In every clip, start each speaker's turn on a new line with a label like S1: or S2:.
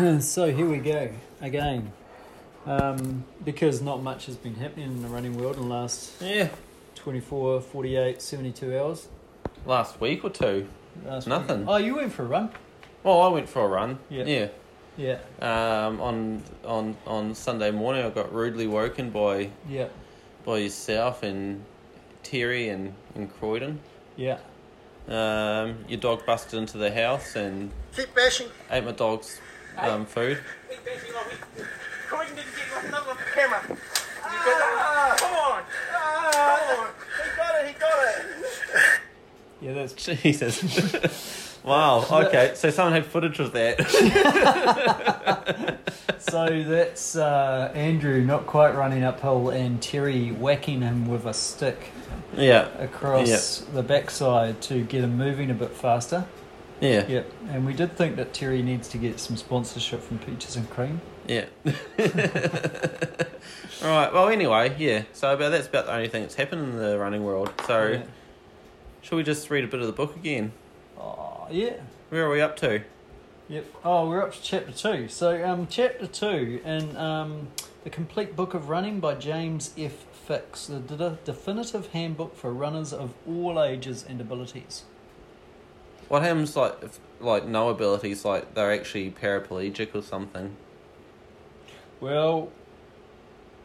S1: so here we go again, um, because not much has been happening in the running world in the last
S2: Yeah,
S1: 24, 48, 72 hours.
S2: last week or two.
S1: Last
S2: Nothing.
S1: week. Oh, you went for a run?
S2: Well, I went for a run.
S1: Yeah.
S2: Yeah.
S1: Yeah,
S2: Um, on on on Sunday morning, I got rudely woken by
S1: yeah,
S2: by yourself and Terry and and Croydon.
S1: yeah.
S2: Um, your dog busted into the house and
S3: Keep bashing.
S2: ate my dog's um, food.
S3: Keep bashing on me. Croydon didn't get you another camera. You got it. Come on. Come on. He got it. Ah. He got it.
S1: Yeah, that's.
S2: Jesus. wow. Okay. So someone had footage of that.
S1: So that's uh, Andrew not quite running uphill and Terry whacking him with a stick
S2: yeah.
S1: across the backside to get him moving a bit faster.
S2: Yeah.
S1: Yep, and we did think that Terry needs to get some sponsorship from Peaches and Cream.
S2: Yeah. All right. Well, anyway, yeah. So about that's about the only thing that's happened in the running world. So
S1: Yeah.
S2: shall we just read a bit of the book again?
S1: Oh, yeah.
S2: Where are we up to?
S1: Yep. Oh, we're up to chapter two. So, um, chapter two in um, the complete book of running by James F. Fix, the d- definitive handbook for runners of all ages and abilities.
S2: What happens like if, like no abilities like they're actually paraplegic or something?
S1: Well,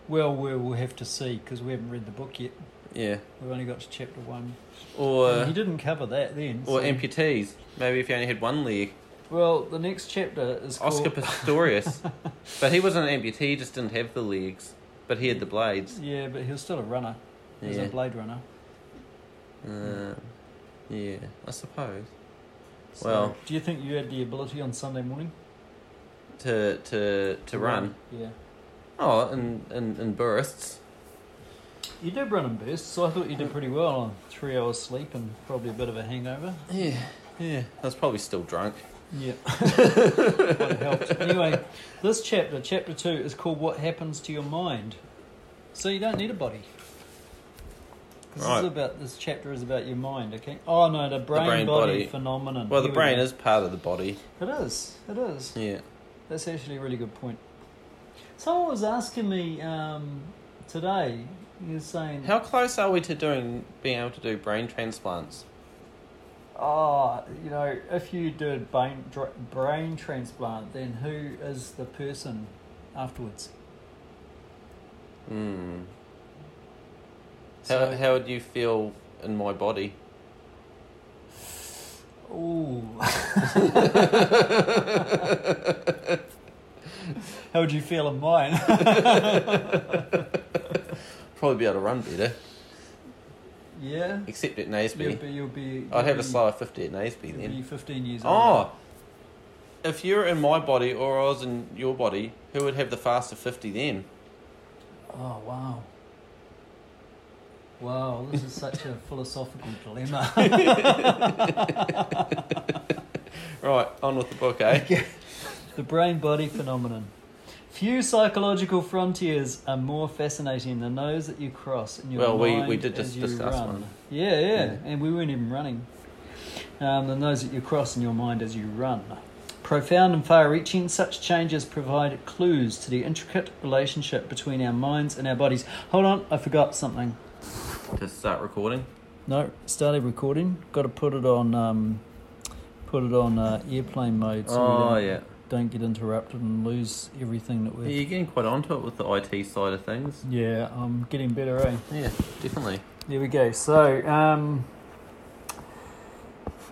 S1: well, we will have to see because we haven't read the book yet.
S2: Yeah.
S1: We've only got to chapter one. And Oh, he
S2: Or
S1: didn't cover that then.
S2: or
S1: so-
S2: amputees. Maybe if you only had one leg.
S1: well, the next chapter is called...
S2: Oscar Pistorius, but he wasn't an amputee. He just didn't have the legs, but he had the blades.
S1: Yeah, but he was still a runner. He was
S2: Yeah.
S1: a blade runner.
S2: Uh, yeah. I suppose.
S1: So,
S2: Well-
S1: do you think you had the ability on Sunday morning
S2: To to to run.
S1: Yeah,
S2: Oh, in, in, in bursts.
S1: you did run in bursts, so I thought you did pretty well on three hours sleep and probably a bit of a hangover.
S2: Yeah, yeah. I was probably still drunk.
S1: Yeah, Might have helped. Anyway, this chapter, chapter two, is called "What Happens to Your Mind." So you don't need a body. This
S2: Right.
S1: is about this chapter is about your mind. Okay. Oh no, the brain,
S2: brain
S1: body,
S2: body.
S1: phenomenon.
S2: Well, the
S1: Here we
S2: brain
S1: go.
S2: is part of the body.
S1: It is. It is.
S2: Yeah.
S1: That's actually a really good point. Someone was asking me um, today. He was saying,
S2: How close are we to doing being able to do brain transplants?
S1: "Ah, you know, if you do a brain dr- brain transplant, then who is the person afterwards?"
S2: Hmm. How
S1: So-
S2: how would you feel in my body?
S1: Ooh. How would you feel in mine?
S2: Probably be able to run better,
S1: yeah.
S2: except at
S1: You'll
S2: Naseby.
S1: be. You'll be
S2: I'd have
S1: you'll be-
S2: a slower fifty at Naseby
S1: You'll
S2: then.
S1: be fifteen years old.
S2: Oh. If you were in my body or I was in your body, who would have the faster 50 then?
S1: Oh wow. Wow, this is such a philosophical dilemma.
S2: Right, on with the book, eh?
S1: the brain body phenomenon. Few psychological frontiers are more fascinating than those that you cross in your
S2: Well, we- we
S1: mind
S2: did
S1: as
S2: just
S1: you
S2: discuss
S1: run.
S2: one.
S1: Yeah, yeah,
S2: Yeah.
S1: and we weren't even running. Um, than those that you cross in your mind as you run. Profound and far reaching, such changes provide clues to the intricate relationship between our minds and our bodies. Hold on, I forgot something.
S2: To start recording.
S1: No, started recording. Got to put it on, um, put it on uh, airplane mode. So we
S2: Oh,
S1: don't,
S2: yeah.
S1: don't get interrupted and lose everything that
S2: Yeah,
S1: we've.
S2: you're getting quite onto it with the IT side of things.
S1: Yeah, I'm getting better, eh?
S2: Yeah, definitely.
S1: There we go. So, um,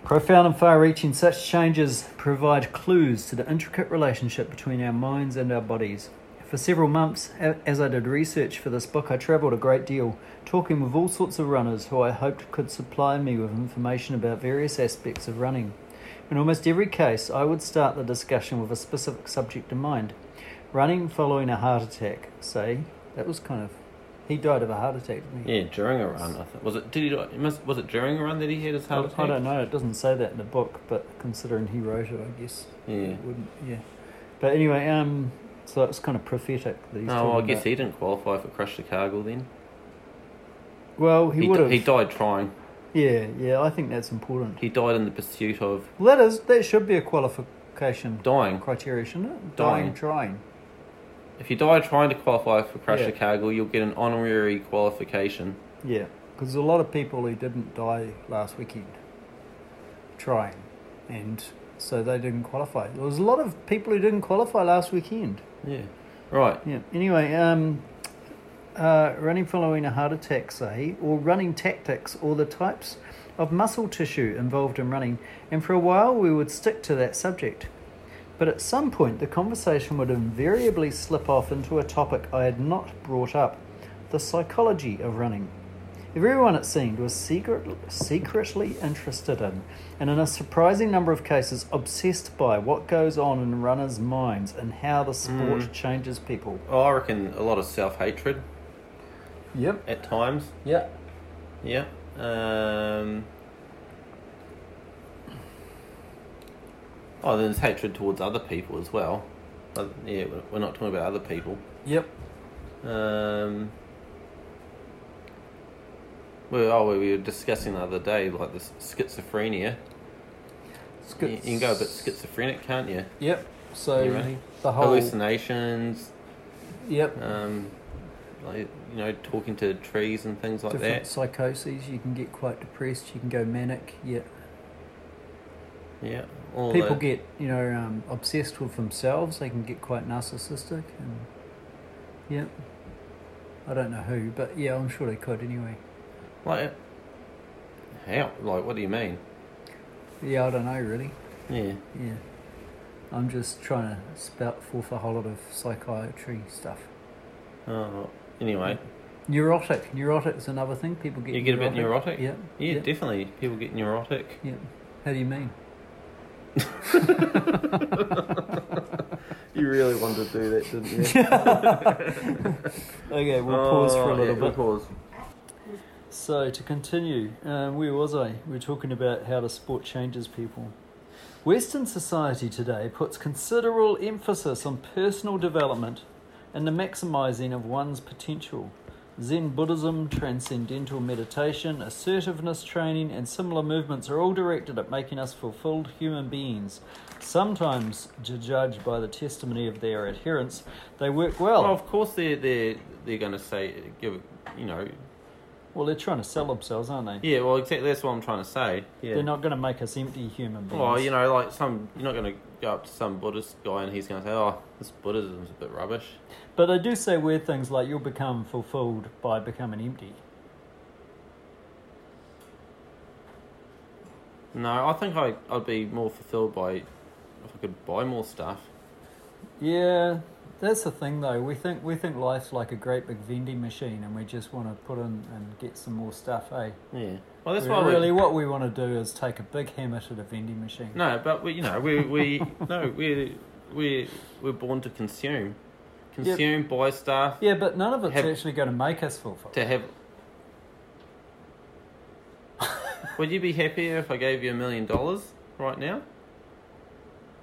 S1: profound and far reaching, such changes provide clues to the intricate relationship between our minds and our bodies. For several months, a- as I did research for this book, I travelled a great deal, talking with all sorts of runners who I hoped could supply me with information about various aspects of running. In almost every case, I would start the discussion with a specific subject in mind. Running following a heart attack, say, that was kind of. He died of a heart attack, didn't he?
S2: Yeah, during a run, I think. Was it, did he, do it must, was it during a run that he had his heart
S1: I-
S2: attack?
S1: I don't know. It doesn't say that in the book, but considering he wrote it, I guess
S2: Yeah.
S1: it wouldn't. Yeah. But anyway, um, so it's kind of prophetic. That he's
S2: No,
S1: talking
S2: Oh, well, I guess
S1: about.
S2: he didn't qualify for Crush Chicago then.
S1: Well, he,
S2: di-
S1: would have.
S2: He died trying.
S1: yeah, yeah. I think that's important.
S2: He died in the pursuit of.
S1: Well, that is that should be a qualifi- qualification
S2: Dying.
S1: criteria, shouldn't it?
S2: Dying.
S1: trying.
S2: If you die trying to qualify for Crush
S1: Yeah.
S2: the Cargill, you'll get an honorary qualification.
S1: Yeah, because there's a lot of people who didn't die last weekend trying, and so they didn't qualify. There was a lot of people who didn't qualify last weekend.
S2: Yeah. Right.
S1: Yeah. Anyway, um, uh, running following a heart attack, say, or running tactics, or the types of muscle tissue involved in running, and for a while we would stick to that subject. But at some point, the conversation would invariably slip off into a topic I had not brought up the psychology of running. Everyone, it seemed, was secret, secretly interested in, and in a surprising number of cases, obsessed by what goes on in runners' minds and how the sport changes people.
S2: Oh, I reckon a lot of self hatred
S1: Yep.
S2: at times.
S1: Yep.
S2: Yeah. Um, oh, then there's hatred towards other people as well. Uh, yeah, we're- we're not talking about other people.
S1: Yep.
S2: Um, we, oh, we were discussing the other day, like this schizophrenia. You, you can go a bit schizophrenic, can't you?
S1: Yep. So
S2: You ready?
S1: the whole.
S2: Hallucinations,
S1: Yep.
S2: um, like, you know, talking to trees and things like
S1: different
S2: that.
S1: psychoses. You can get quite depressed. You can go manic. Yeah.
S2: Yeah. All
S1: People
S2: that.
S1: get you know um, obsessed with themselves. They can get quite narcissistic. And yeah. I don't know who, but yeah, I'm sure they could anyway.
S2: Like, how? Like, what do you mean?
S1: Yeah, I don't know really.
S2: Yeah.
S1: Yeah. I'm just trying to spout forth a whole lot of psychiatry stuff.
S2: Oh, anyway,
S1: Neurotic. Neurotic is another thing. People get
S2: you get a bit neurotic.
S1: Yeah.
S2: Yeah, definitely. People get neurotic.
S1: yeah. How do you mean?
S2: You really wanted to do that, didn't you?
S1: Okay, we'll pause for a little bit.
S2: Oh, Pause.
S1: So to continue, um, where was I? We were talking about how the sport changes people. Western society today puts considerable emphasis on personal development and the maximizing of one's potential. Zen Buddhism, transcendental meditation, assertiveness training, and similar movements are all directed at making us fulfilled human beings. Sometimes, to judge by the testimony of their adherents, they work well.
S2: Well, of course they're they're they're going to say give it, you know
S1: Well, they're trying to sell themselves, aren't they?
S2: yeah well exactly that's what I'm trying to say yeah
S1: They're not going to make us empty human beings.
S2: well you know like some you're not going to go up to some Buddhist guy and he's going to say oh this Buddhism's a bit rubbish
S1: But I do say weird things like you'll become fulfilled by becoming empty.
S2: no I think I I'd be more fulfilled by if I could buy more stuff
S1: Yeah, that's the thing though. We think we think life's like a great big vending machine, and we just want to put in and get some more stuff. Eh?
S2: yeah well that's
S1: We-
S2: why we-
S1: really, what we want to do is take a big hammer to the vending machine.
S2: No, but we, you know, we we no, we we we're born to consume, consume, buy stuff
S1: Yeah, but none of it's
S2: Have-
S1: actually going to make us fulfilled.
S2: to have. Would you be happier if I gave you a million dollars right now?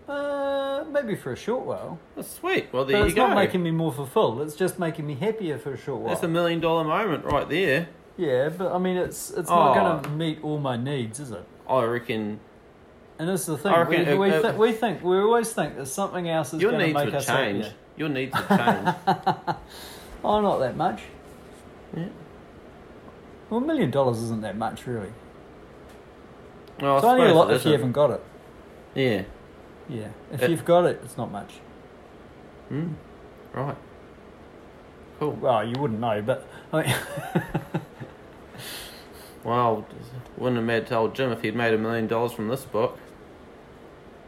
S1: Uh, maybe for a short while.
S2: That's sweet. Well,
S1: But
S2: there you
S1: it's
S2: go.
S1: not making me more fulfilled. It's just making me happier for a short while.
S2: That's a million dollar moment right there.
S1: Yeah, but I mean, it's it's not
S2: Oh.
S1: going to meet all my needs, is it?
S2: I reckon
S1: And that's the thing.
S2: I
S1: We,
S2: reckon it-
S1: we,
S2: it-
S1: thi- we think we always think that something else is
S2: your
S1: going to
S2: needs
S1: make
S2: would
S1: us
S2: change.
S1: happier.
S2: Your needs would change.
S1: Oh, not that much.
S2: Yeah.
S1: Well, a million dollars isn't that much, really.
S2: Well, I
S1: it's only a
S2: suppose
S1: lot
S2: it
S1: if you
S2: isn't.
S1: haven't got it.
S2: Yeah.
S1: Yeah, if
S2: It-
S1: you've got it, it's not much.
S2: Mm. Right. Cool.
S1: Well, you wouldn't know, but I mean,
S2: Well, wouldn't have made told Jim if he'd made a million dollars from this book.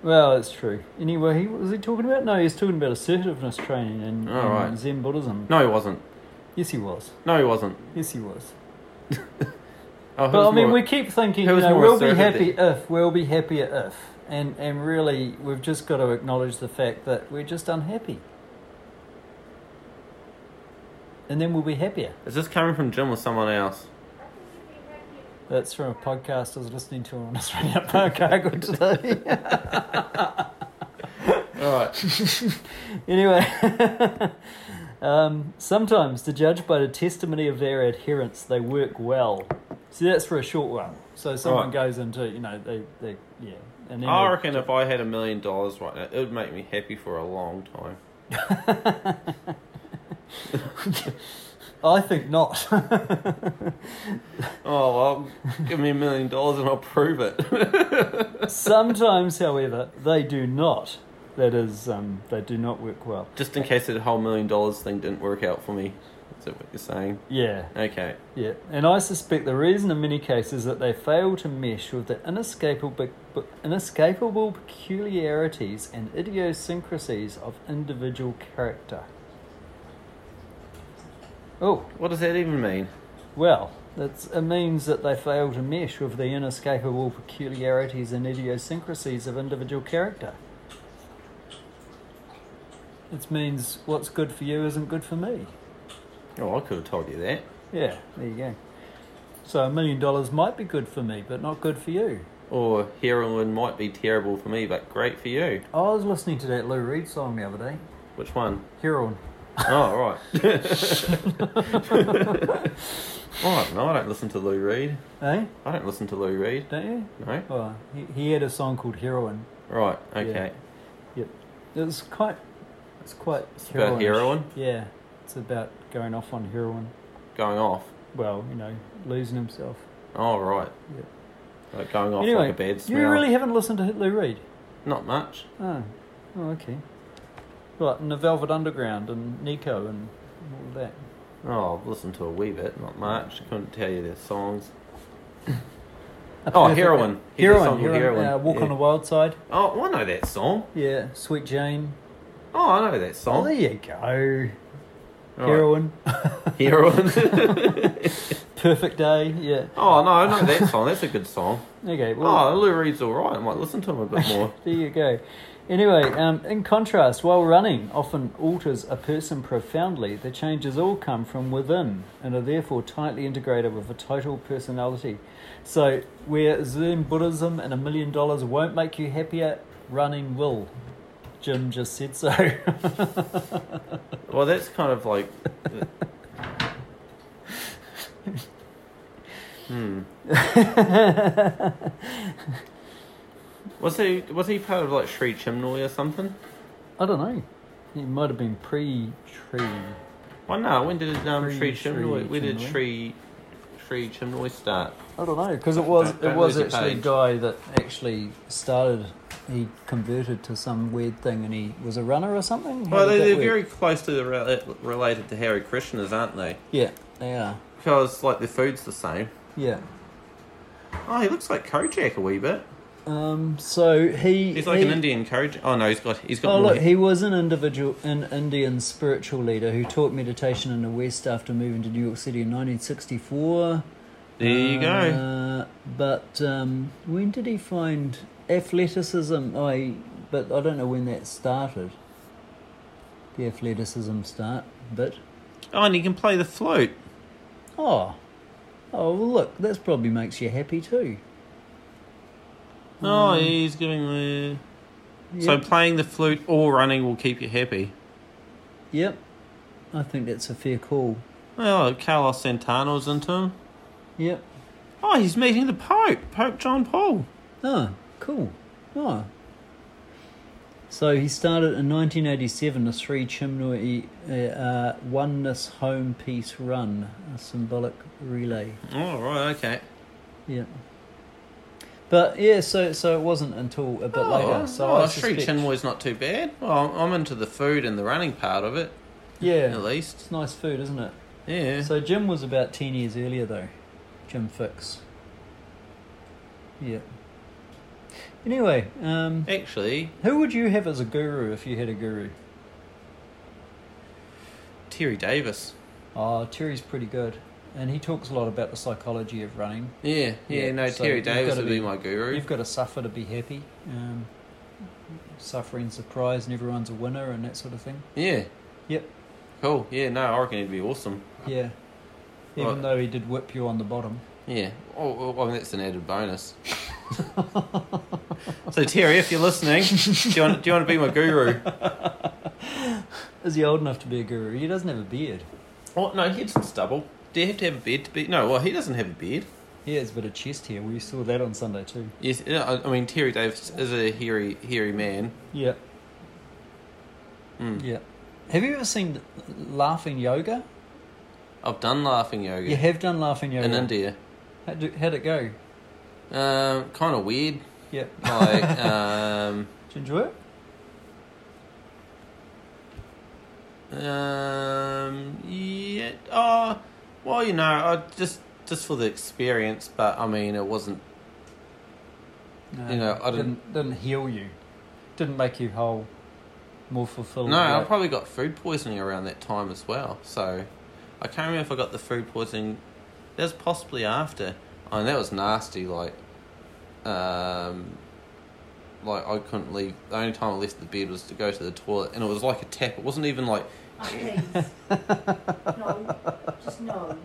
S1: well, it's true. Anyway, he, was he talking about? No, he was talking about assertiveness training and,
S2: Oh,
S1: and
S2: right.
S1: Zen Buddhism.
S2: No, he wasn't.
S1: Yes, he was.
S2: No, he wasn't.
S1: Yes, he was.
S2: Oh,
S1: But I mean, we
S2: we
S1: keep thinking,
S2: who
S1: you
S2: was
S1: know,
S2: more
S1: we'll be
S2: assertive
S1: happy if, we'll be happier if. And, and really, we've just got to acknowledge the fact that we're just unhappy. And then we'll be happier.
S2: is this coming from Jim or someone else?
S1: That's from a podcast I was listening to on Australia Park Cargo today.
S2: All right.
S1: anyway, um, sometimes, to judge by the testimony of their adherents, they work well. See, that's for a short one. So someone
S2: Right. Oh,
S1: goes into, you know, they, they yeah, And then
S2: I
S1: you'll-
S2: reckon if I had a million dollars right now, it would make me happy for a long time.
S1: I think not.
S2: Oh, well, give me a million dollars and I'll prove it.
S1: Sometimes, however, they do not. That is, um, they do not work well.
S2: Just in case that whole million dollars thing didn't work out for me. Is that what you're saying?
S1: Yeah,
S2: Okay.
S1: yeah. And I suspect the reason in many cases is that they fail to mesh with the inescapable, inescapable peculiarities and idiosyncrasies of individual character. Oh,
S2: What does that even mean?
S1: Well, that's, it means that they fail to mesh with the inescapable peculiarities and idiosyncrasies of individual character. It means what's good for you isn't good for me.
S2: Oh, I could have told you that.
S1: Yeah, there you go. So a million dollars might be good for me, but not good for you.
S2: Or heroin might be terrible for me, but great for you.
S1: I was listening to that Lou Reed song the other day,
S2: Which one?
S1: Heroin.
S2: Oh, right. oh, no, I don't listen to Lou Reed.
S1: Eh?
S2: I don't listen to Lou Reed.
S1: Don't you?
S2: No?
S1: Oh, he, he had a song called Heroin.
S2: Right, okay.
S1: Yep. It was quite. It's quite.
S2: It's about heroin?
S1: Yeah. It's about going off on heroin.
S2: Going off.
S1: well, you know, losing himself.
S2: Oh, right.
S1: Yep.
S2: Like going off
S1: anyway,
S2: like a bad smell.
S1: you really haven't listened to Lou Reed.
S2: Not much.
S1: Oh, oh okay. Right, and the Velvet Underground and Nico and all that.
S2: Oh, I've listened to a wee bit, not much. Couldn't tell you their songs.
S1: A
S2: Oh,
S1: perfect-
S2: Heroin. He did a
S1: Heroin.
S2: song called
S1: heroin,
S2: Heroin,
S1: Uh, Walk
S2: yeah.
S1: on the Wild Side.
S2: Oh, I know that song.
S1: Yeah, Sweet Jane.
S2: Oh, I know that
S1: Oh,
S2: song.
S1: there you go.
S2: All right.
S1: Heroin.
S2: Heroin.
S1: Perfect Day. Yeah.
S2: oh, no, I know that song. That's a good song.
S1: Okay. Well,
S2: Oh, Lou Reed's alright. I might listen to him a bit more.
S1: There you go. Anyway, um, in contrast, while running often alters a person profoundly, the changes all come from within and are therefore tightly integrated with a total personality. So, where Zen Buddhism and a million dollars won't make you happier, running will. Jim just said so.
S2: Well, that's kind of like. hmm. Was he was he part of like Sri Chimnoy or something?
S1: I don't know. It might have been pre tree.
S2: Well, no. When did um,
S1: Sri-
S2: Sri
S1: Sri
S2: Chimnoy? Where did
S1: Chimnoy?
S2: Sri Sri Chimnoy start?
S1: I don't know because it was
S2: Don't-
S1: it
S2: don't
S1: was
S2: lose your
S1: actually a
S2: page.
S1: guy that actually started. He converted to some weird thing, and he was a runner or something. How
S2: Well,
S1: did
S2: Oh, they,
S1: that
S2: they're
S1: work?
S2: very closely rela- related to Harry Krishnas, aren't they?
S1: Yeah, they are.
S2: Because like their food's the same.
S1: Yeah.
S2: Oh, he looks like Kojak a wee bit.
S1: Um. So he.
S2: He's like
S1: he,
S2: an Indian Kojak. Oh no, he's got he's got.
S1: Oh
S2: more
S1: look, he was an individual, an Indian spiritual leader who taught meditation in the West after moving to New York City in 1964.
S2: there you go.
S1: Uh, but um, when did he find athleticism? I but I don't know when that started. The athleticism start, but
S2: Oh, and he can play the flute.
S1: oh, oh well, look, that's probably makes you happy too. uh,
S2: Oh, he's giving the. So
S1: Yep.
S2: playing the flute or running will keep you happy.
S1: yep, I think that's a fair call.
S2: Oh, Carlos Santano's into him.
S1: Yep.
S2: Oh, he's meeting the Pope, Pope John Paul.
S1: Oh, cool. Oh. So he started in 1987 a Sri Chimnoi uh, uh, Oneness Home Peace Run, a symbolic relay.
S2: Oh, right, okay.
S1: Yeah. But yeah, so so it wasn't until a bit later. So I
S2: oh, Sri
S1: suspect,
S2: Chinmoy's not too bad. Well, I'm into the food and the running part of it,
S1: yeah,
S2: at least.
S1: it's nice food, isn't it?
S2: Yeah.
S1: So Jim was about ten years earlier though, Jim Fix. Yeah. Anyway, um,
S2: Actually,
S1: who would you have as a guru if you had a guru?
S2: Terry Davis.
S1: Oh, Terry's pretty good. And he talks a lot about the psychology of running.
S2: Yeah, yeah,
S1: Yeah,
S2: no,
S1: so
S2: Terry
S1: you've
S2: Davis
S1: gotta
S2: would be,
S1: be-
S2: my guru.
S1: You've got to suffer to be happy. Um, suffering's a prize and everyone's a winner and that sort of thing.
S2: Yeah,
S1: Yep,
S2: cool. Yeah, no, I reckon he'd be awesome.
S1: yeah. Even
S2: Right.
S1: though he did whip you on the bottom.
S2: Yeah. Oh, oh, well, that's an added bonus. so Terry, if you're listening, do you want do you want to be my guru?
S1: Is he old enough to be a guru? He doesn't have a beard.
S2: Oh no, he had some stubble. Do you have to have a beard to be? No, well, he doesn't have a beard.
S1: He has a bit of chest hair. We saw that on Sunday too.
S2: Yes, you know, I I mean Terry Davis is a hairy, hairy man.
S1: Yeah. Yeah. Have you ever seen laughing yoga?
S2: I've done laughing yoga
S1: You have done laughing yoga
S2: in India.
S1: How do, how'd it go?
S2: Um, kind of weird.
S1: Yeah.
S2: Like, um,
S1: Did you enjoy it?
S2: um, yeah. Oh, well, you know, I just just for the experience, but I mean, it wasn't.
S1: No.
S2: You know, I
S1: didn't didn't heal you. Didn't make you whole. More fulfilled.
S2: No, I
S1: right?
S2: probably got food poisoning around that time as well. So, I can't remember if I got the food poisoning. That was possibly after. I mean, that was nasty. Like, um, like I couldn't leave. The only time I left the bed was to go to the toilet, and it was like a tap. It wasn't even like
S4: Oh, please. no. Just no.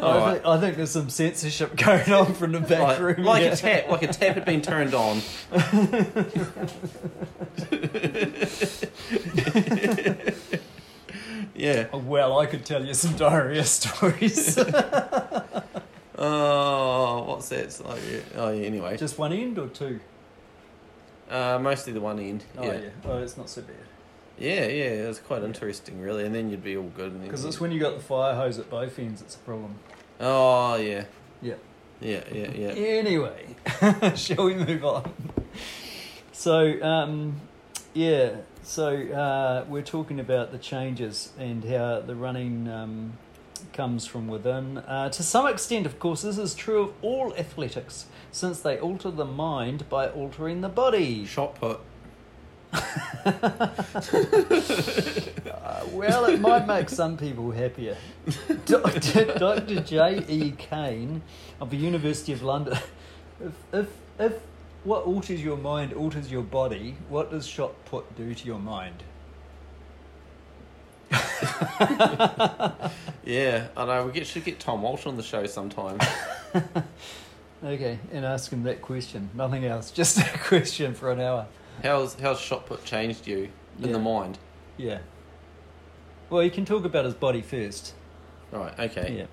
S1: I,
S2: Alright.
S1: think, I think there's some censorship going on from the back
S2: like,
S1: room.
S2: like
S1: yeah.
S2: a tap, like a tap had been turned on. yeah.
S1: Oh, Well, I could tell you some diarrhea stories.
S2: Oh, what's that? It's like, yeah. Oh, yeah. Anyway, just
S1: Just one end or two?
S2: uh, mostly the one end.
S1: Oh,
S2: yeah.
S1: yeah.
S2: yeah,
S1: Oh, it's not so bad.
S2: yeah, It was quite interesting, really. And then you'd be all good. and then
S1: Because
S2: you'd-
S1: it's when you got the fire hose at both ends, it's a problem.
S2: Oh yeah,
S1: Yeah.
S2: yeah, yeah, yeah.
S1: Anyway, shall we move on? So, um, yeah, so uh, we're talking about the changes and how the running um, comes from within. Uh, to some extent, of course, this is true of all athletics, since they alter the mind by altering the body.
S2: Shot put.
S1: Uh, well, it might make some people happier. Dr. Dr. J. E. Kane of the University of London. If, if, if what alters your mind alters your body, what does shot put do to your mind?
S2: Yeah, I know. We get, should get Tom Walsh on the show sometime.
S1: Okay, and ask him that question. Nothing else, just that question for an hour.
S2: how's how's shot put changed you in
S1: Yeah.
S2: the mind?
S1: Yeah. Well, you can talk about his body first.
S2: Right. Okay.
S1: Yeah.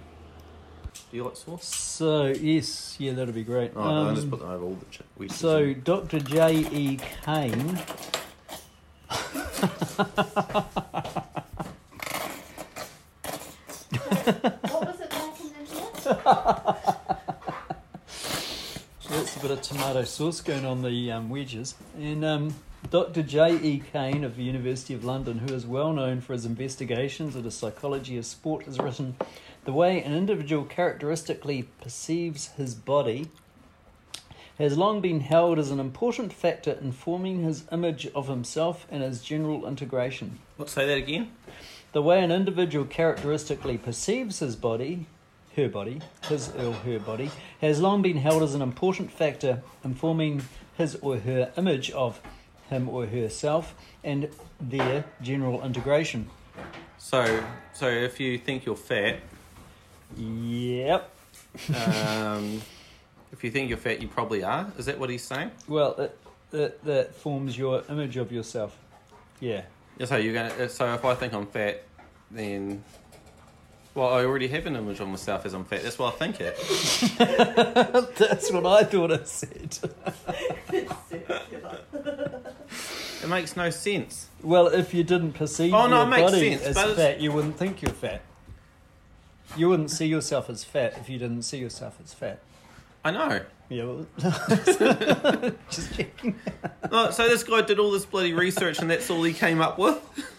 S2: Do you like sauce?
S1: So, yes, yeah, that'll be great.
S2: Right, I'll
S1: Um,
S2: Oh, just put them over all the ch- wheaties
S1: So,
S2: in.
S1: Dr. J.E. Kane.
S4: What was it like in India?
S1: That's a bit of tomato sauce going on the um, wedges. And um, Dr. J.E. Kane of the University of London, who is well known for his investigations of the psychology of sport, has written The way an individual characteristically perceives his body has long been held as an important factor in forming his image of himself and his general integration.
S2: Let's say that again.
S1: The way an individual characteristically perceives his body, her body, his or her body, has long been held as an important factor in forming his or her image of him or herself and their general integration.
S2: So, so if you think you're fat,
S1: Yep.
S2: um, if you think you're fat, you probably are. Is that what he's saying?
S1: Well, it, it, that forms your image of yourself. Yeah.
S2: Yeah, So you're gonna. uh, So if I think I'm fat, then. Well, I already have an image of myself as I'm fat. That's why I think it.
S1: That's what I thought it said.
S2: It makes no sense.
S1: Well, if you didn't perceive
S2: Oh, no,
S1: your
S2: it makes
S1: body
S2: sense,
S1: as
S2: but it's-
S1: fat, you wouldn't think you're fat. You wouldn't see yourself as fat if you didn't see yourself as fat.
S2: I know.
S1: Yeah, well, just checking.
S2: Oh, so this guy did all this bloody research, and that's all he came up with.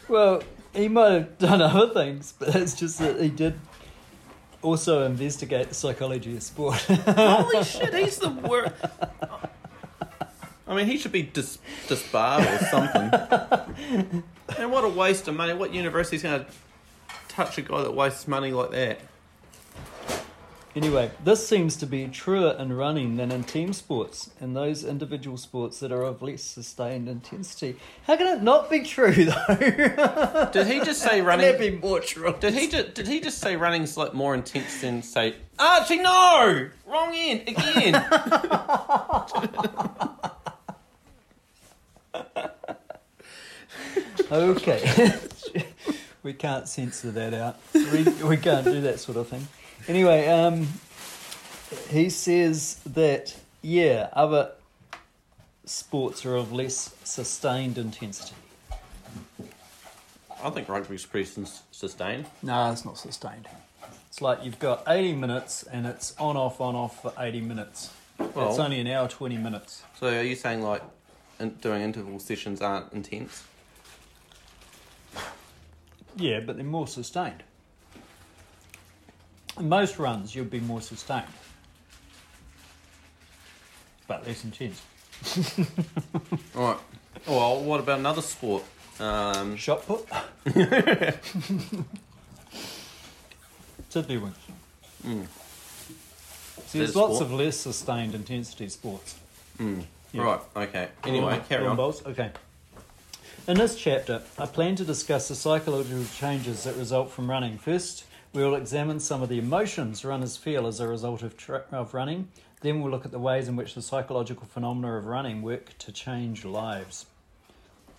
S1: Well, he might have done other things, but it's just that he did also investigate the psychology of sport.
S2: Holy shit, he's the worst. I mean, he should be dis- disbarred or something. and what a waste of money. What university's going to touch a guy that wastes money like that?
S1: Anyway, this seems to be truer in running than in team sports and those individual sports that are of less sustained intensity. How can it not be true though?
S2: Did he just say
S1: That'd
S2: running?
S1: be more true.
S2: Did he just, did he just say running's like more intense than say? Archie, no, wrong end again.
S1: Okay. we can't censor that out. We, we can't do that sort of thing. Anyway, um, he says that yeah, other sports are of less sustained intensity.
S2: I think rugby's pretty sus- sustained.
S1: No, it's not sustained. It's like you've got 80 minutes and it's on off on off for 80 minutes. it's
S2: Well-
S1: only an hour 20 minutes.
S2: So are you saying like in, doing interval sessions aren't intense?
S1: Yeah, but they're more sustained. In most runs, you'll be more sustained, but less intense.
S2: All right. Well, what about another sport? Um,
S1: Shot put. Tiddlywinks. See,
S2: Hmm. There's
S1: there's lots
S2: sport.
S1: of less sustained intensity sports. Yeah.
S2: Right. Okay. Anyway,
S1: Lawn-
S2: carry
S1: lawn
S2: on.
S1: bowls? Okay. In this chapter, I plan to discuss the psychological changes that result from running. First, we will examine some of the emotions runners feel as a result of, tra- of running. Then we'll look at the ways in which the psychological phenomena of running work to change lives.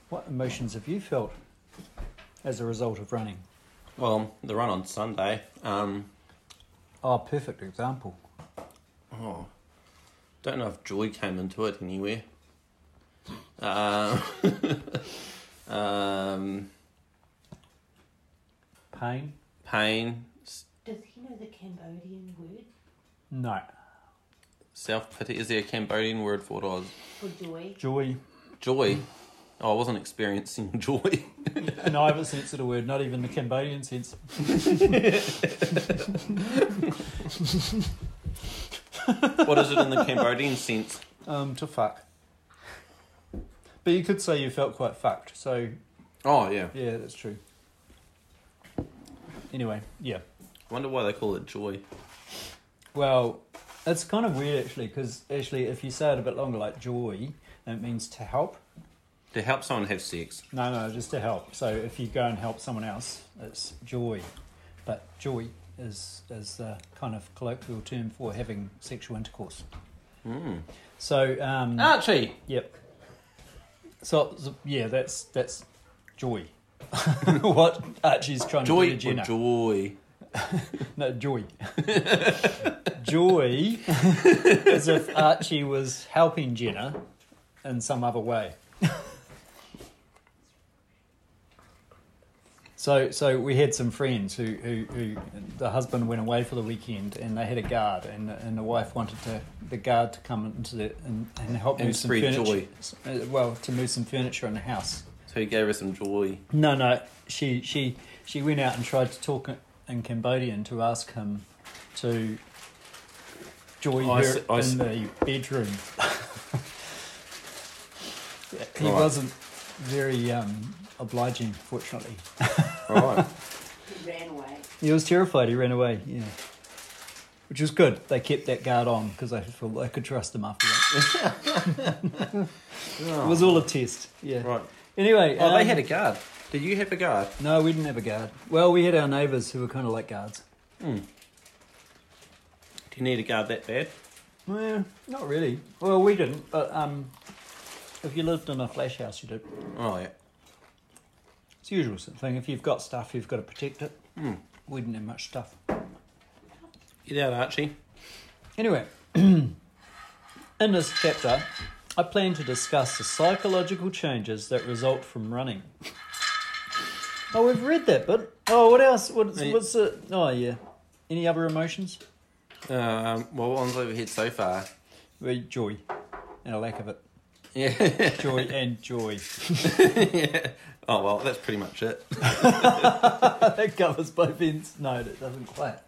S1: What emotions have you felt as a result of running?
S2: Well, the run on Sunday. Um,
S1: Oh, perfect example.
S2: oh, don't know if joy came into it anywhere. Um, um,
S1: Pain?
S2: pain, s-
S4: Does he know the Cambodian word
S1: No.
S2: self pity. Is there a Cambodian word for it? Or is-
S4: for joy?
S1: Joy?
S2: joy. Oh, I wasn't experiencing joy.
S1: No, I haven't censored a word, not even the Cambodian sense.
S2: what is it in the Cambodian sense?
S1: Um, to fuck. But you could say you felt quite fucked. So
S2: Oh yeah.
S1: yeah, that's true. Anyway, yeah.
S2: Wonder why they call it joy.
S1: Well, it's kind of weird actually, because actually, if you say it a bit longer, like joy, then it means to help.
S2: To help someone have sex.
S1: No, no, just to help. So if you go and help someone else, it's joy. But joy is is the kind of colloquial term for having sexual intercourse. So um,
S2: Archie.
S1: Yep. So, so, yeah, that's that's joy. what Archie's trying
S2: Joy
S1: to
S2: or
S1: do to Jenna.
S2: joy.
S1: no, joy. joy, as if Archie was helping Jenna in some other way. So, so we had some friends who, who, who the husband went away for the weekend and they had a guard and, and the wife wanted to, the guard to come into the, and, and help
S2: And
S1: move some
S2: spread
S1: furniture.
S2: joy.
S1: Uh, Well, to move some furniture in the house.
S2: So he gave her some joy.
S1: No, no. She she she went out and tried to talk in Cambodian to ask him to join
S2: I
S1: her
S2: see- I
S1: in
S2: see.
S1: the bedroom. he
S2: Right.
S1: wasn't very um, obliging, fortunately.
S2: Right.
S4: He ran away.
S1: He was terrified. He ran away. Yeah. Which was good. They kept that guard on because I felt I could trust them after that. It was all a test. Yeah.
S2: Right.
S1: Anyway.
S2: Oh, they
S1: um,
S2: had a guard. Did you have a guard?
S1: No, we didn't have a guard. Well, we had our neighbours who were kind of like guards.
S2: Do you need a guard that bad?
S1: Well, not really. Well, we didn't, but um, if you lived in a flash house, you did.
S2: Oh yeah.
S1: It's the usual sort of thing. If you've got stuff, you've got to protect it. We didn't have much stuff.
S2: Get out, Archie.
S1: Anyway, in this chapter, I plan to discuss the psychological changes that result from running. Oh, we've read that, but oh, what else? What's,
S2: Yeah.
S1: what's the? Oh, yeah. Any other emotions?
S2: Um, well, what one's overhead so far?
S1: Well, joy, and a lack of it.
S2: Yeah.
S1: Joy and joy.
S2: Oh well, that's pretty much it.
S1: that covers both ends. No, it doesn't quite.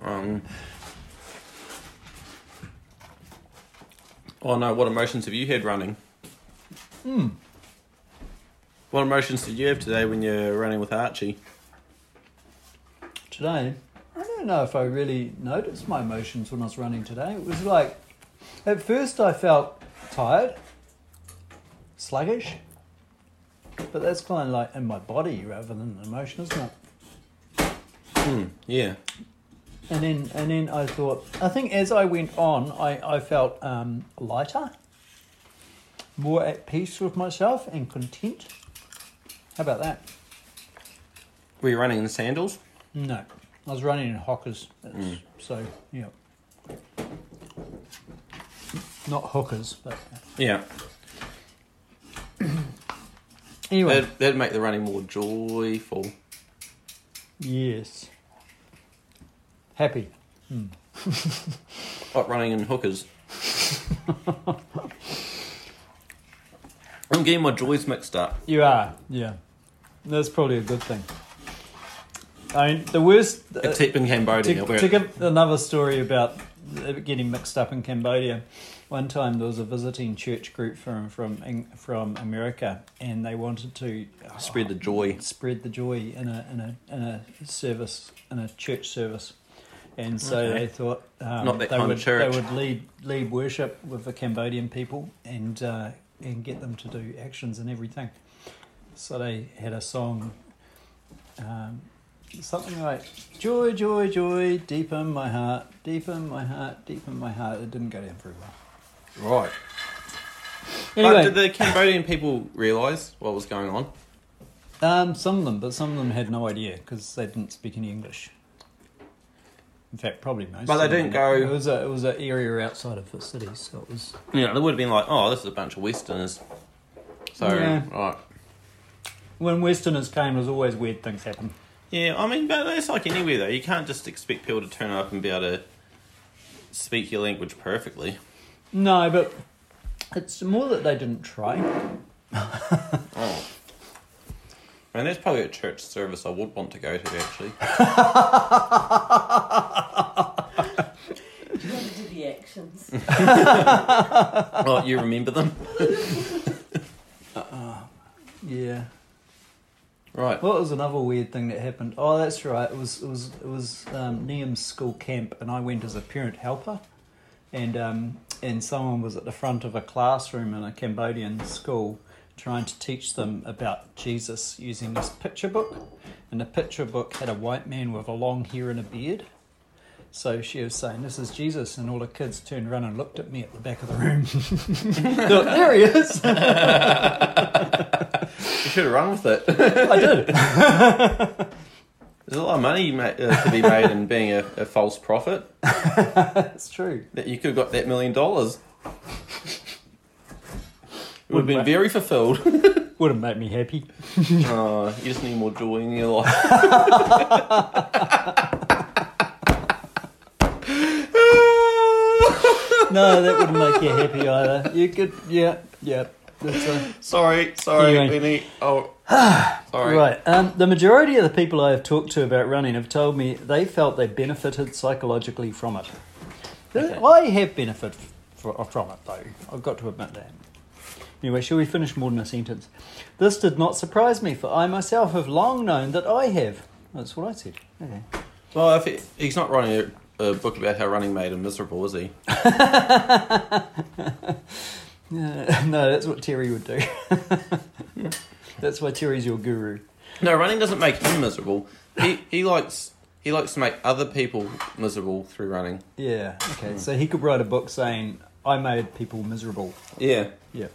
S2: Um. Oh no, what emotions have you had running? Hmm. What emotions did you have today when you're running with Archie?
S1: today, I don't know if I really noticed my emotions when I was running today. It was like, at first I felt tired, sluggish, but that's kind of like in my body rather than an emotion, isn't it?
S2: Yeah.
S1: And then, and then I thought, I think as I went on, I, I felt um, lighter, more at peace with myself and content. How about that?
S2: Were you running in sandals?
S1: No, I was running in hockers. That's, So yeah, not hookers, but
S2: Yeah.
S1: anyway.
S2: That'd, that'd make the running more joyful.
S1: yes, happy.
S2: Like running in hookers. I'm getting my joys mixed up.
S1: You are. Yeah, that's probably a good thing. I mean, the worst. uh,
S2: Except in Cambodia.
S1: to,
S2: where
S1: to give another story about it getting mixed up in Cambodia, one time there was a visiting church group from from Eng- from America, and they wanted to
S2: spread the joy.
S1: spread the joy in a in a in a service in a church service, and so
S2: Okay.
S1: they thought um,
S2: Not that
S1: they
S2: kind of
S1: would they
S2: church.
S1: would lead lead worship with the Cambodian people and uh, and get them to do actions and everything. So they had a song, um, something like "Joy, joy, joy, deep in my heart, deep in my heart, deep in my heart." It didn't go down very well.
S2: Right.
S1: Anyway,
S2: But did the Cambodian people realise what was going on?
S1: Um, some of them, but some of them had no idea because they didn't speak any English. In fact, probably most.
S2: But they
S1: of them.
S2: didn't go-
S1: It was a it was an area outside of the city, so it was.
S2: Yeah, they would have been like, oh, this is a bunch of Westerners. So,
S1: Yeah.
S2: right.
S1: When Westerners came, there's always weird things happen.
S2: Yeah, I mean, but that's like anywhere though. You can't just expect people to turn up and be able to speak your language perfectly.
S1: No, but it's more that they didn't try.
S2: Oh. I mean, that's probably a church service I would want to go to actually.
S4: Do you want to do the actions?
S2: oh, you remember them?
S1: Yeah.
S2: Right.
S1: What was another weird thing that happened? Oh, that's right. It was it was it was um, Niam's school camp, and I went as a parent helper, and um, and someone was at the front of a classroom in a Cambodian school trying to teach them about Jesus using this picture book, and the picture book had a white man with a long hair and a beard. So she was saying, "This is Jesus," and all the kids turned around and looked at me at the back of the room. They're like, there he is.
S2: You should have run with it. There's
S1: I did.
S2: a lot of money ma- uh, to be made in being a, a false prophet.
S1: That's true.
S2: That you could have got that million dollars. It would have been
S1: Wouldn't
S2: very fulfilled.
S1: Would have made me happy.
S2: oh, you just need more joy in your life.
S1: No, that wouldn't make you happy either. You could, yeah, yeah. That's a,
S2: sorry, sorry,
S1: Anyway.
S2: Lenny. Oh, sorry.
S1: right. Um, the majority of the people I have talked to about running have told me they felt they benefited psychologically from it.
S2: Okay.
S1: I have benefited fr- uh, from it, though. I've got to admit that. Anyway, shall we finish more than a sentence? This did not surprise me, for I myself have long known that I have. That's what I said. Okay.
S2: Well, if he, he's not writing a, a book about how running made him miserable, is he?
S1: Yeah, no, that's what Terry would do. that's why Terry's your guru.
S2: No, running doesn't make him miserable. He he likes he likes to make other people miserable through running.
S1: Yeah. Okay. So he could write a book saying, "I made people miserable."
S2: Yeah,
S1: Yeah.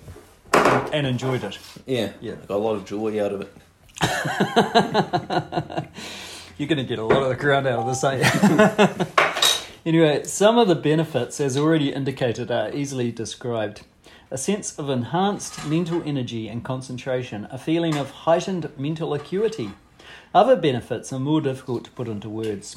S1: And enjoyed it.
S2: yeah,
S1: Yeah.
S2: Got a lot of joy out of it.
S1: You're going to get a lot of the ground out of this, aren't you? anyway, some of the benefits, as already indicated, are easily described. A sense of enhanced mental energy and concentration, a feeling of heightened mental acuity. Other benefits are more difficult to put into words.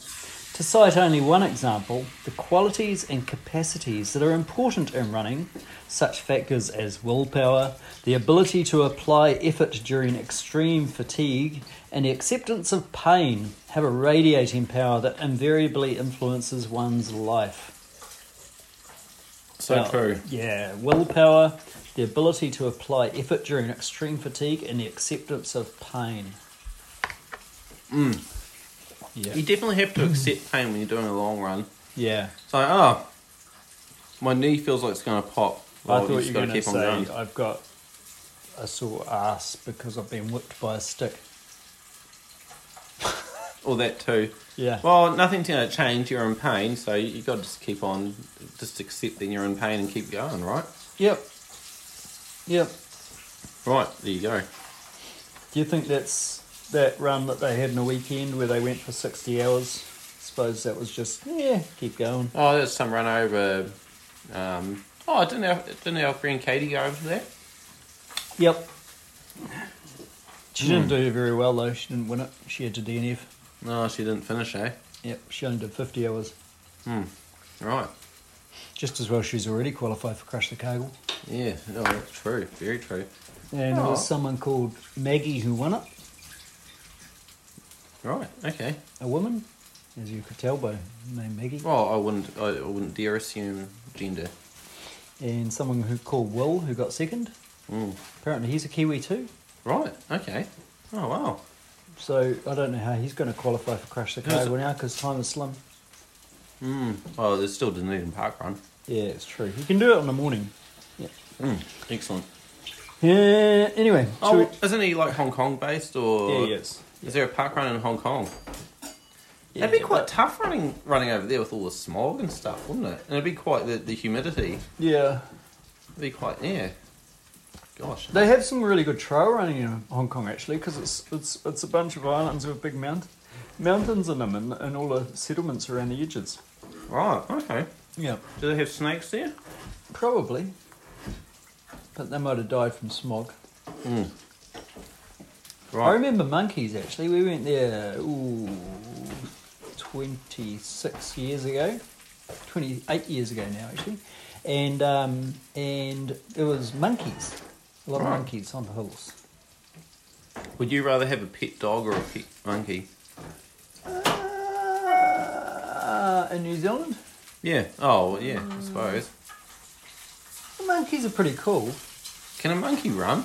S1: To cite only one example, the qualities and capacities that are important in running, such factors as willpower, the ability to apply effort during extreme fatigue, and the acceptance of pain, have a radiating power that invariably influences one's life.
S2: So
S1: Now,
S2: true.
S1: Yeah, willpower, the ability to apply effort during extreme fatigue, and the acceptance of pain.
S2: Mm. You
S1: Yeah.
S2: definitely have to accept pain when you're doing a long run.
S1: Yeah.
S2: So oh, my knee feels like it's going to pop. Well,
S1: I
S2: you
S1: thought
S2: just
S1: you
S2: gotta
S1: were going to say I've got a sore ass because I've been whipped by a stick.
S2: Or that too.
S1: Yeah.
S2: Well, nothing's going to change. You're in pain, so you, you got to just keep on, just accepting you're in pain and keep going, right?
S1: yep. Yep.
S2: Right, there you go.
S1: Do you think that's that run that they had in a weekend where they went for 60 hours. Suppose that was just, yeah, keep going.
S2: Oh, there's some run over. Um, oh, didn't our, didn't our friend Katie go over there?
S1: Yep. She
S2: Hmm.
S1: didn't do very well though. She didn't win it. She had to DNF.
S2: No, she didn't finish, eh?
S1: Yep. She only did 50 hours.
S2: Right.
S1: Just as well she's already qualified for Crush the Cable.
S2: Yeah, oh, that's true. Very true.
S1: And it
S2: Oh.
S1: was someone called Maggie who won it.
S2: Right, okay.
S1: A woman, as you could tell by the name Maggie.
S2: Well, I wouldn't, I wouldn't dare assume gender.
S1: And someone who called Will who got second.
S2: Mm.
S1: Apparently he's a Kiwi too.
S2: Right, okay. Oh, wow.
S1: So I don't know how he's going to qualify for Crush the
S2: Who's-
S1: Cable now because time is slim.
S2: Mm. Oh, there's still Dunedin Park Run.
S1: Yeah, it's true. You can do it in the morning.
S2: Mm. Excellent.
S1: Yeah. Anyway.
S2: Oh,
S1: shall we-
S2: isn't he like Hong Kong based or?
S1: yeah, he is.
S2: Is there a park run in Hong Kong?
S1: Yeah,
S2: That'd be quite
S1: but-
S2: tough running running over there with all the smog and stuff, wouldn't it? And it'd be quite the, the humidity.
S1: Yeah.
S2: It'd be quite yeah. Gosh.
S1: They have some really good trail running in Hong Kong actually, because it's it's it's a bunch of islands with big mount, mountains in them, and, and all the settlements around the edges.
S2: Right. Okay.
S1: Yeah,
S2: Do they have snakes there?
S1: probably. But they might have died from smog. I
S2: Right.
S1: remember monkeys actually. We went there, ooh, 26 years ago, 28 years ago now actually, and um, and it was monkeys, a lot of
S2: Right.
S1: monkeys on the hills.
S2: Would you rather have a pet dog or a pet monkey?
S1: Uh, in New Zealand,
S2: Yeah. Oh well, yeah. I suppose.
S1: the monkeys are pretty cool.
S2: Can a monkey run?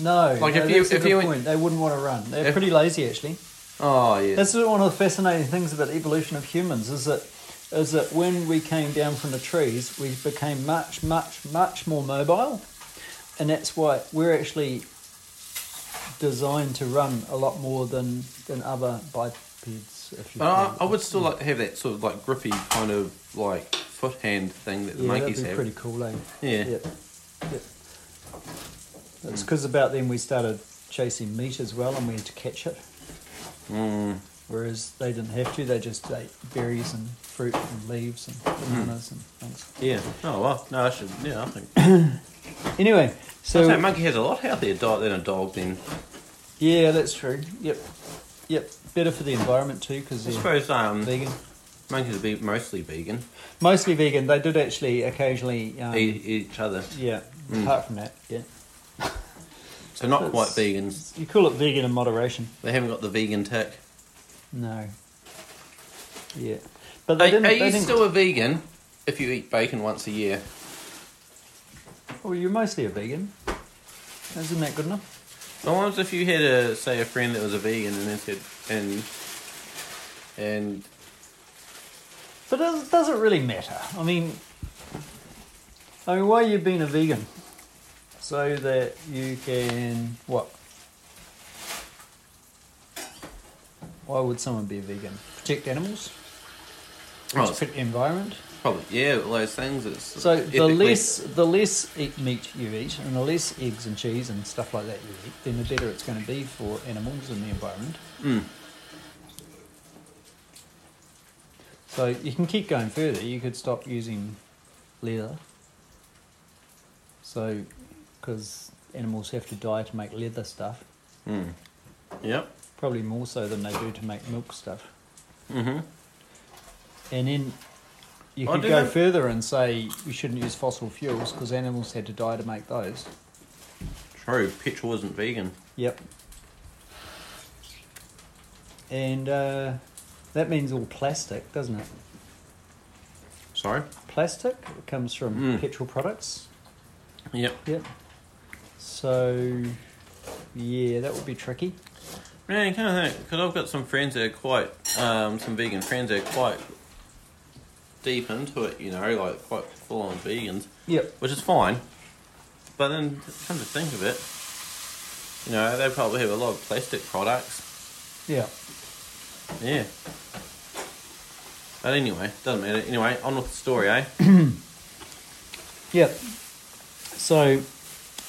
S1: No,
S2: Like,
S1: no,
S2: if you-
S1: that's a
S2: if
S1: good
S2: you-
S1: point. they wouldn't want to run. They're
S2: If-
S1: pretty lazy actually.
S2: Oh yeah.
S1: That's one of the fascinating things about the evolution of humans is that is that when we came down from the trees, we became much, much, much more mobile, and that's why we're actually designed to run a lot more than than other bipeds. If you
S2: But I,
S1: can.
S2: I would still like to have that sort of like grippy kind of like foot hand thing that the
S1: yeah, that'd
S2: monkeys
S1: be
S2: have.
S1: pretty cool, eh?
S2: Yeah.
S1: Yep. Yep. It's because about then we started chasing meat as well, and we had to catch it.
S2: Mm.
S1: Whereas they didn't have to; they just ate berries and fruit and leaves and bananas and things.
S2: Yeah. Oh well. No, I should. Yeah, I think.
S1: Anyway,
S2: So,
S1: so
S2: monkey has a lot healthier diet than a dog. Then
S1: yeah, that's true. Yep, yep. Better for the environment too because
S2: I
S1: they're
S2: suppose um,
S1: vegan.
S2: monkeys would be mostly vegan.
S1: Mostly vegan. They did actually occasionally. Um,
S2: eat, Mm. eat each other,
S1: Yeah. Apart from that, yeah.
S2: so not quite
S1: That's-
S2: vegans.
S1: You call it vegan in moderation?
S2: They haven't got the vegan tick.
S1: No. Yeah, but they
S2: Are,
S1: didn't.
S2: are
S1: they
S2: you
S1: didn't-
S2: still a vegan if you eat bacon once a year?
S1: Well, you're mostly a vegan. Isn't that good enough?
S2: I wonder if you had a say a friend that was a vegan and then said and and
S1: But does, does it really matter? I mean, I mean, why are you being a vegan? So that you can what? Why would someone be a vegan? Protect animals,
S2: oh, it's
S1: protect the environment.
S2: probably yeah, all those things. It's
S1: So the
S2: ethically-
S1: less the less e- meat you eat, and the less eggs and cheese and stuff like that you eat, then the better it's going to be for animals and the environment.
S2: Mm.
S1: So you can keep going further. You could stop using leather. So, because animals have to die to make leather stuff,
S2: Mm. Yep.
S1: probably more so than they do to make milk stuff.
S2: Mhm.
S1: And then you
S2: Oh,
S1: could
S2: do
S1: go
S2: they-
S1: further and say you shouldn't use fossil fuels because animals had to die to make those.
S2: True. Petrol isn't vegan.
S1: Yep. And uh, that means all plastic, doesn't it?
S2: Sorry.
S1: Plastic comes from
S2: Mm.
S1: petrol products.
S2: Yep.
S1: Yep. So, yeah, that would be tricky.
S2: Yeah, you kind of think because I've got some friends that are quite um, some vegan friends that are quite deep into it, you know, like quite full on vegans,
S1: Yep.
S2: which is fine. But then, come to think of it, you know, they probably have a lot of plastic products.
S1: Yeah.
S2: Yeah. But anyway, doesn't matter. Anyway, on with the story, eh?
S1: Yep. So,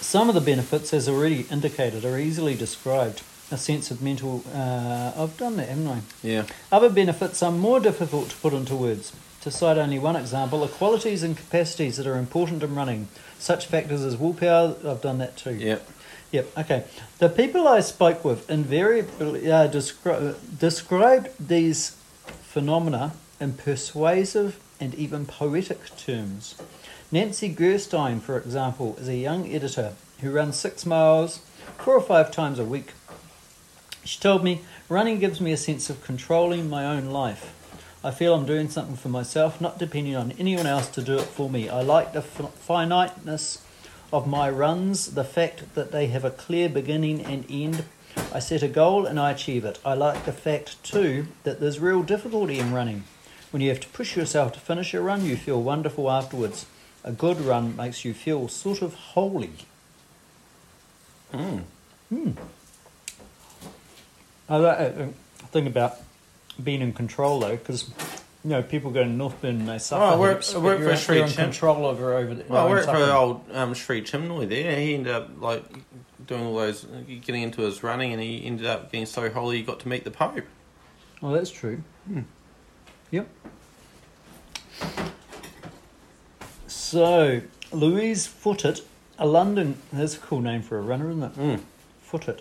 S1: Some of the benefits, as already indicated, are easily described. A sense of mental. Uh, I've done that, haven't I?
S2: Yeah.
S1: Other benefits are more difficult to put into words. To cite only one example, are qualities and capacities that are important in running, such factors as willpower. I've done that too.
S2: Yep.
S1: Yep. Okay. The people I spoke with invariably uh, descri- described these phenomena in persuasive and even poetic terms. Nancy Gerstein, for example, is a young editor who runs six miles four or five times a week. She told me, running gives me a sense of controlling my own life. I feel I'm doing something for myself, not depending on anyone else to do it for me. I like the fin- finiteness of my runs, the fact that they have a clear beginning and end. I set a goal and I achieve it. I like the fact, too, that there's real difficulty in running. When you have to push yourself to finish a run, you feel wonderful afterwards. A good run makes you feel sort of holy.
S2: Hmm.
S1: I like uh, uh, thing about being in control though, because you know people go to Northburn and they suffer.
S2: Oh, I work-
S1: heaps,
S2: I
S1: but
S2: work for
S1: you're,
S2: Sri
S1: you're in
S2: Chin-
S1: control over over. The,
S2: Well, I
S1: your
S2: worked
S1: own
S2: for
S1: suffering.
S2: old um, Sri Chimnoy there. He ended up like doing all those, getting into his running, and he ended up getting so holy he got to meet the Pope.
S1: Well, that's true. Yep. So, Louise Footit, a London. That's a cool name for a runner, isn't it?
S2: Mm.
S1: Footit.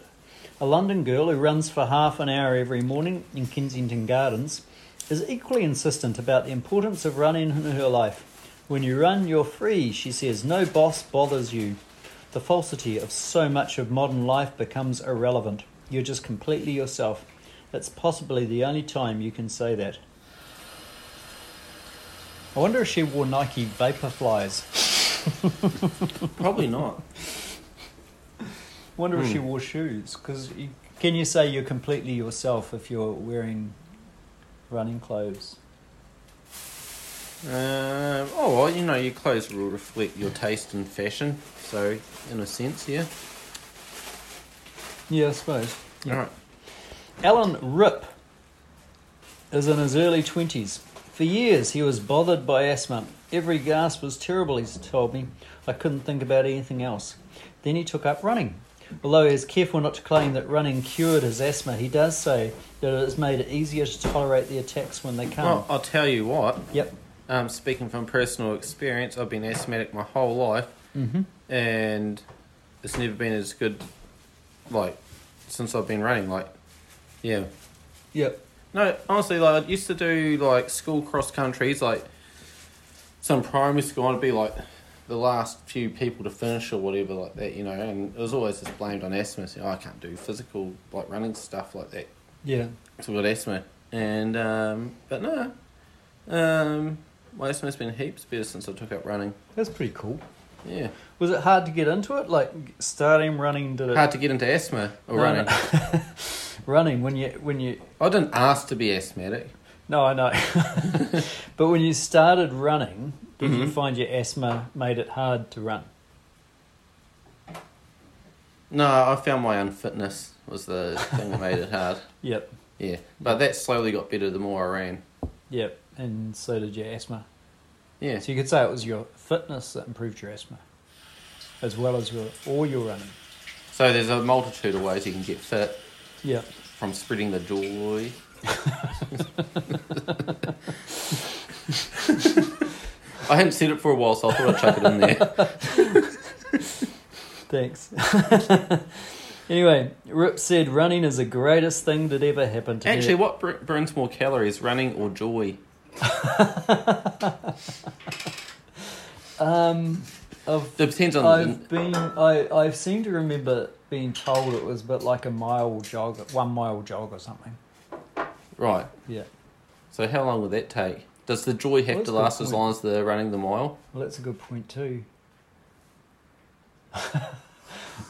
S1: A London girl who runs for half an hour every morning in Kensington Gardens is equally insistent about the importance of running in her life. When you run, you're free, she says. No boss bothers you. The falsity of so much of modern life becomes irrelevant. You're just completely yourself. It's possibly the only time you can say that. I wonder if she wore Nike Vaporflies.
S2: Probably not.
S1: wonder if she wore shoes. Because you, can you say you're completely yourself if you're wearing running clothes?
S2: Um, oh well, you know your clothes will reflect your taste and fashion. So, in a sense, yeah.
S1: Yeah, I suppose. Yeah.
S2: All right.
S1: Alan Rip is in his early 20s. For years, he was bothered by asthma. Every gasp was terrible, he told me. I couldn't think about anything else. Then he took up running. Although he is careful not to claim that running cured his asthma, he does say that it has made it easier to tolerate the attacks when they come.
S2: Well, I'll tell you what.
S1: Yep.
S2: Um, speaking from personal experience, I've been asthmatic my whole life,
S1: Mhm.
S2: and it's never been as good. Like, since I've been running, like, yeah,
S1: Yep.
S2: No, honestly, like I used to do like school cross countries, like some primary school. I'd be like the last few people to finish or whatever, like that, you know. And it was always just blamed on asthma. So, oh, I can't do physical like running stuff like that.
S1: Yeah.
S2: So I got asthma, and um, but no, um, my asthma's been heaps better since I took up running.
S1: That's pretty cool.
S2: Yeah,
S1: Was it hard to get into it? Like starting running, did it?
S2: hard to get into asthma or
S1: No,
S2: running.
S1: no. running when you when you
S2: I didn't ask to be asthmatic.
S1: No, I know. but when you started running, did
S2: Mm-hmm.
S1: you find your asthma made it hard to run?
S2: No, I found my unfitness was the thing that made it hard.
S1: Yep,
S2: Yeah, but that slowly got better the more I ran.
S1: yep. And so did your asthma.
S2: Yeah,
S1: So you could say it was your fitness that improved your asthma, as well as your or your running.
S2: so there's a multitude of ways you can get fit
S1: Yep.
S2: from spreading the joy. I hadn't said it for a while, so I thought I'd chuck it in there.
S1: Thanks. anyway, Rip said running is the greatest thing that ever happened to
S2: Actually,
S1: me.
S2: what br- burns more calories, running or joy?
S1: Um, I've
S2: Depends on
S1: I've
S2: the.
S1: been I I seem to remember being told it was but like a mile jog, one mile jog or something.
S2: Right,
S1: Yeah.
S2: so how long would that take? Does the joy have
S1: What's
S2: to
S1: the
S2: last as
S1: point?
S2: long as the running the mile?
S1: Well, that's a good point too.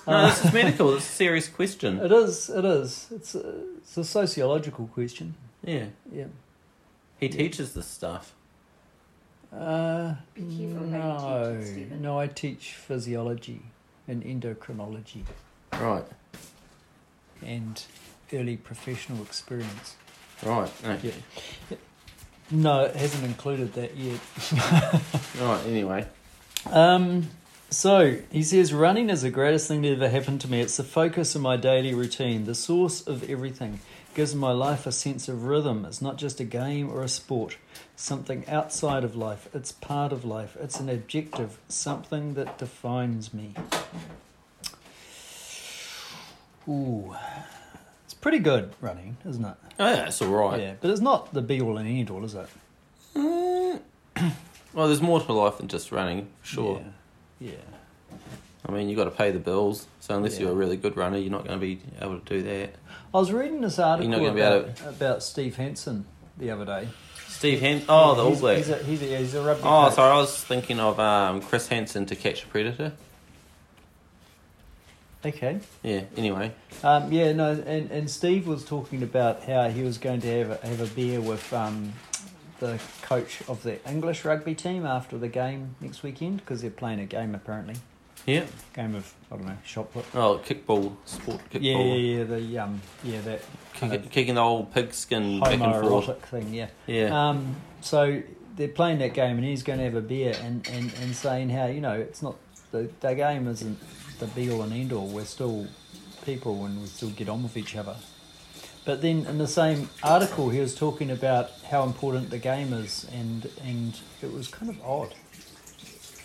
S2: No, this is medical. This is a serious question.
S1: It is. It is. It's a, it's a sociological question.
S2: Yeah,
S1: Yeah.
S2: he teaches this stuff.
S1: Uh,
S4: Be careful how you
S1: no,
S4: teach it, Stephen.
S1: no. I teach physiology and endocrinology
S2: Right,
S1: and early professional experience.
S2: right, okay.
S1: No, it hasn't included that yet.
S2: Right, anyway.
S1: Um, So he says, running is the greatest thing that ever happened to me. It's the focus of my daily routine, the source of everything. gives my life a sense of rhythm. It's not just a game or a sport, something outside of life. It's part of life. It's an objective, something that defines me. Ooh, it's pretty good running, isn't it?
S2: Oh, yeah, it's all right.
S1: Yeah, but it's not the be all and end all, is it?
S2: Mm. well, there's more to life than just running, for sure.
S1: Yeah.
S2: I mean, you got to pay the bills. So unless
S1: Yeah.
S2: you're a really good runner, you're not going to be able to do that.
S1: I was reading this article
S2: gonna be
S1: about,
S2: able
S1: about Steve Henson the other day.
S2: Steve Hen. Oh, the All
S5: he's,
S2: Black.
S5: He's a, he's a, he's a rugby
S2: Oh,
S5: coach.
S2: sorry. I was thinking of um, Chris Hansen to catch a predator.
S1: Okay.
S2: Yeah. Anyway,
S1: Um, yeah, no, and, and Steve was talking about how he was going to have a, have a beer with um, the coach of the English rugby team after the game next weekend because they're playing a game apparently.
S2: yeah.
S1: Game of, I don't know, shot put.
S2: Oh, kickball sport. Kickball.
S1: Yeah, yeah, yeah, the, um, yeah, that
S2: Kick,
S1: kind of
S2: Kicking the old pigskin back and forth.
S1: homoerotic thing, yeah.
S2: Yeah.
S1: Um, so they're playing that game, and he's going to have a beer and, and, and saying how you know it's not the the game isn't the be all and end all. We're still people, and we still get on with each other. But then in the same article, he was talking about how important the game is, and and it was kind of odd.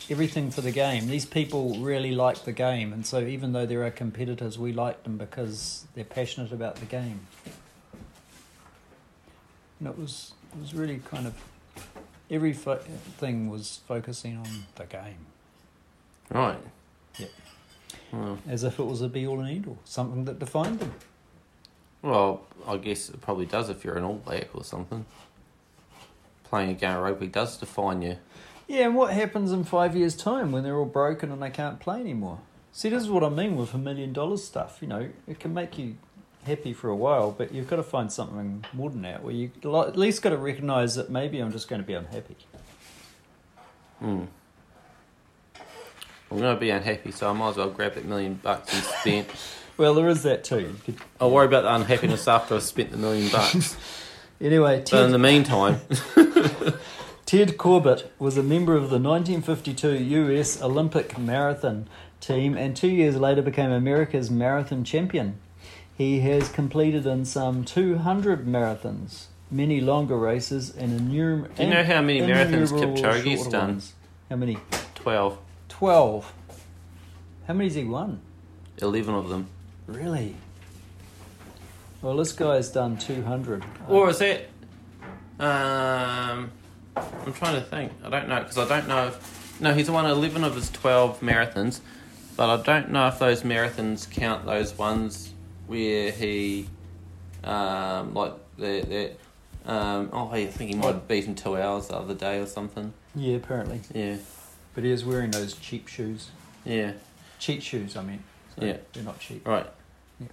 S1: Everything for the game. These people really like the game, and so even though there are competitors, we like them because they're passionate about the game. And it was it was really kind of every fo- thing was focusing on the game
S2: right.
S1: Yeah.
S2: Well,
S1: as if it was a be all and end all, something that defined them.
S2: well, I guess it probably does if you're an All Black or something. Playing a game of rugby does define you.
S1: Yeah, and what happens in five years' time when they're all broken and they can't play anymore? See, this is what I mean with a million dollar stuff. You know, it can make you happy for a while, but you've got to find something more than that. Where you li- at least got to recognise that maybe I'm just going to be unhappy.
S2: Mm. I'm going to be unhappy, so I might as well grab that million bucks and spend.
S1: Well, there is that too. You could-
S2: I'll worry about the unhappiness after I've spent the million bucks.
S1: Anyway,
S2: but
S1: Ted,
S2: in the meantime,
S1: Ted Corbett was a member of the 1952 US Olympic marathon team and two years later became America's marathon champion. He has completed in some 200 marathons, many longer races, and innumerable.
S2: Do you know how many marathons Kipchoge's done?
S1: How many?
S2: 12,
S1: 12. How many's he won?
S2: 11 of them.
S1: Really? Well, this guy's done 200.
S2: Or is that. Um, I'm trying to think. I don't know, because I don't know if. No, he's won 11 of his 12 marathons, but I don't know if those marathons count those ones where he. Um, like, that. that um, oh, I think he might have beaten two hours the other day or something.
S1: Yeah, apparently.
S2: Yeah,
S1: But he is wearing those cheap shoes.
S2: yeah.
S1: Cheat shoes, I mean. So
S2: Yeah.
S1: They're not cheap.
S2: Right.
S1: Yeah.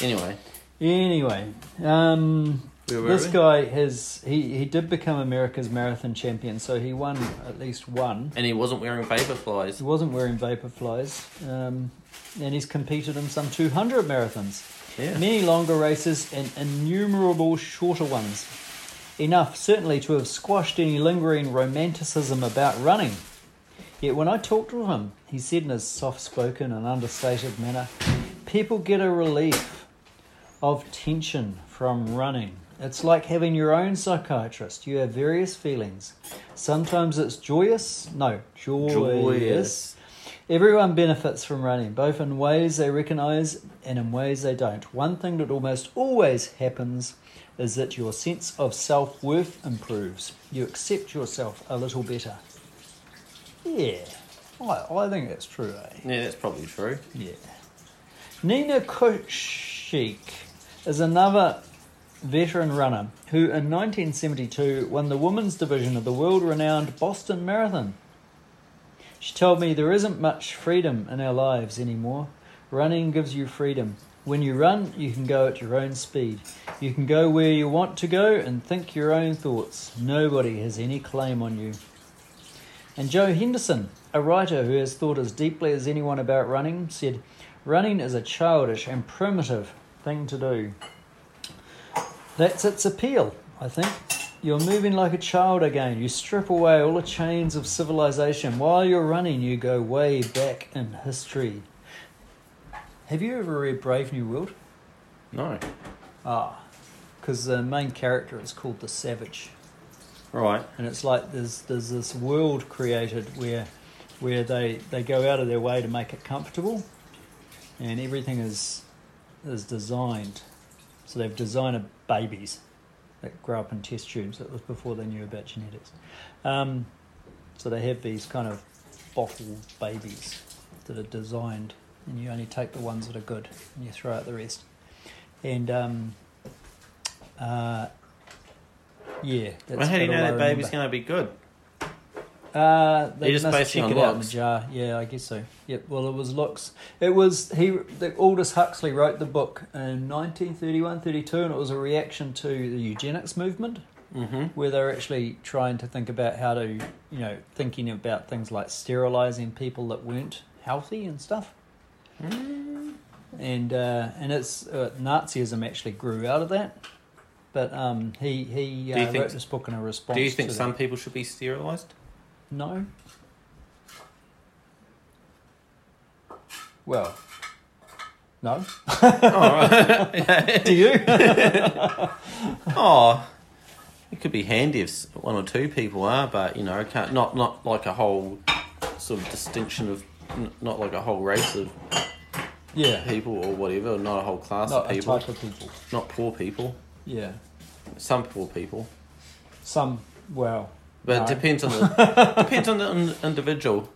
S2: Anyway,
S1: Anyway, um,
S2: Where were
S1: this
S2: we?
S1: guy has he, he did become America's marathon champion, so he won at least one.
S2: and he wasn't wearing vapor flies.
S1: He wasn't wearing vapor flies, um, and he's competed in some two hundred marathons,
S2: Yeah.
S1: many longer races, and innumerable shorter ones. Enough certainly to have squashed any lingering romanticism about running. Yet when I talked with him, he said in his soft spoken and understated manner, people get a relief of tension from running. It's like having your own psychiatrist. You have various feelings. Sometimes it's joyous, no, joyous.
S2: Joyous.
S1: Everyone benefits from running, both in ways they recognize and in ways they don't. One thing that almost always happens is that your sense of self worth improves. You accept yourself a little better. Yeah, I, I think that's true, eh?
S2: Yeah, that's probably true.
S1: Yeah. Nina Kushik is another veteran runner who in 1972 won the women's division of the world renowned Boston Marathon. She told me there isn't much freedom in our lives anymore. Running gives you freedom. When you run, you can go at your own speed. You can go where you want to go and think your own thoughts. Nobody has any claim on you. And Joe Henderson, a writer who has thought as deeply as anyone about running, said, Running is a childish and primitive thing to do. That's its appeal, I think. You're moving like a child again. You strip away all the chains of civilization. While you're running, you go way back in history. Have you ever read Brave New World?
S2: No.
S1: Ah, because the main character is called the Savage,
S2: Right.
S1: and it's like there's there's this world created where where they they go out of their way to make it comfortable, and everything is is designed. So they've designed babies that grow up in test tubes. That was before they knew about genetics. Um, so they have these kind of bottle babies that are designed, and you only take the ones that are good, and you throw out the rest. And um, uh, yeah, that's
S2: well, how do you
S1: about all
S2: know
S1: I
S2: that baby's
S1: remember.
S2: going to be good?
S1: Uh, they
S2: You're just
S1: must
S2: basing
S1: check it
S2: on
S1: out in the
S2: looks.
S1: jar. Yeah, I guess so. Yep. Well, it was looks. It was he. The, Aldous Huxley wrote the book in 1931-32, and it was a reaction to the eugenics movement,
S2: Mm-hmm.
S1: where they're actually trying to think about how to, you know, thinking about things like sterilizing people that weren't healthy and stuff.
S2: Mm.
S1: And uh, and it's uh, Nazism actually grew out of that. But um, he he
S2: Do you
S1: uh,
S2: think-
S1: wrote this book in a response.
S2: Do you think
S1: to that.
S2: some people should be sterilised?
S1: No. Well, no. Do you?
S2: Oh, it could be handy if s- one or two people are, but you know, it can't not not like a whole sort of distinction of n- not like a whole race of
S1: yeah.
S2: people or whatever, or not a whole class
S1: Not
S2: of
S1: a
S2: people,
S1: type of people.
S2: not poor people,
S1: Yeah.
S2: some poor people,
S1: Some. Well.
S2: but
S1: no.
S2: it depends on the depends on the in- individual.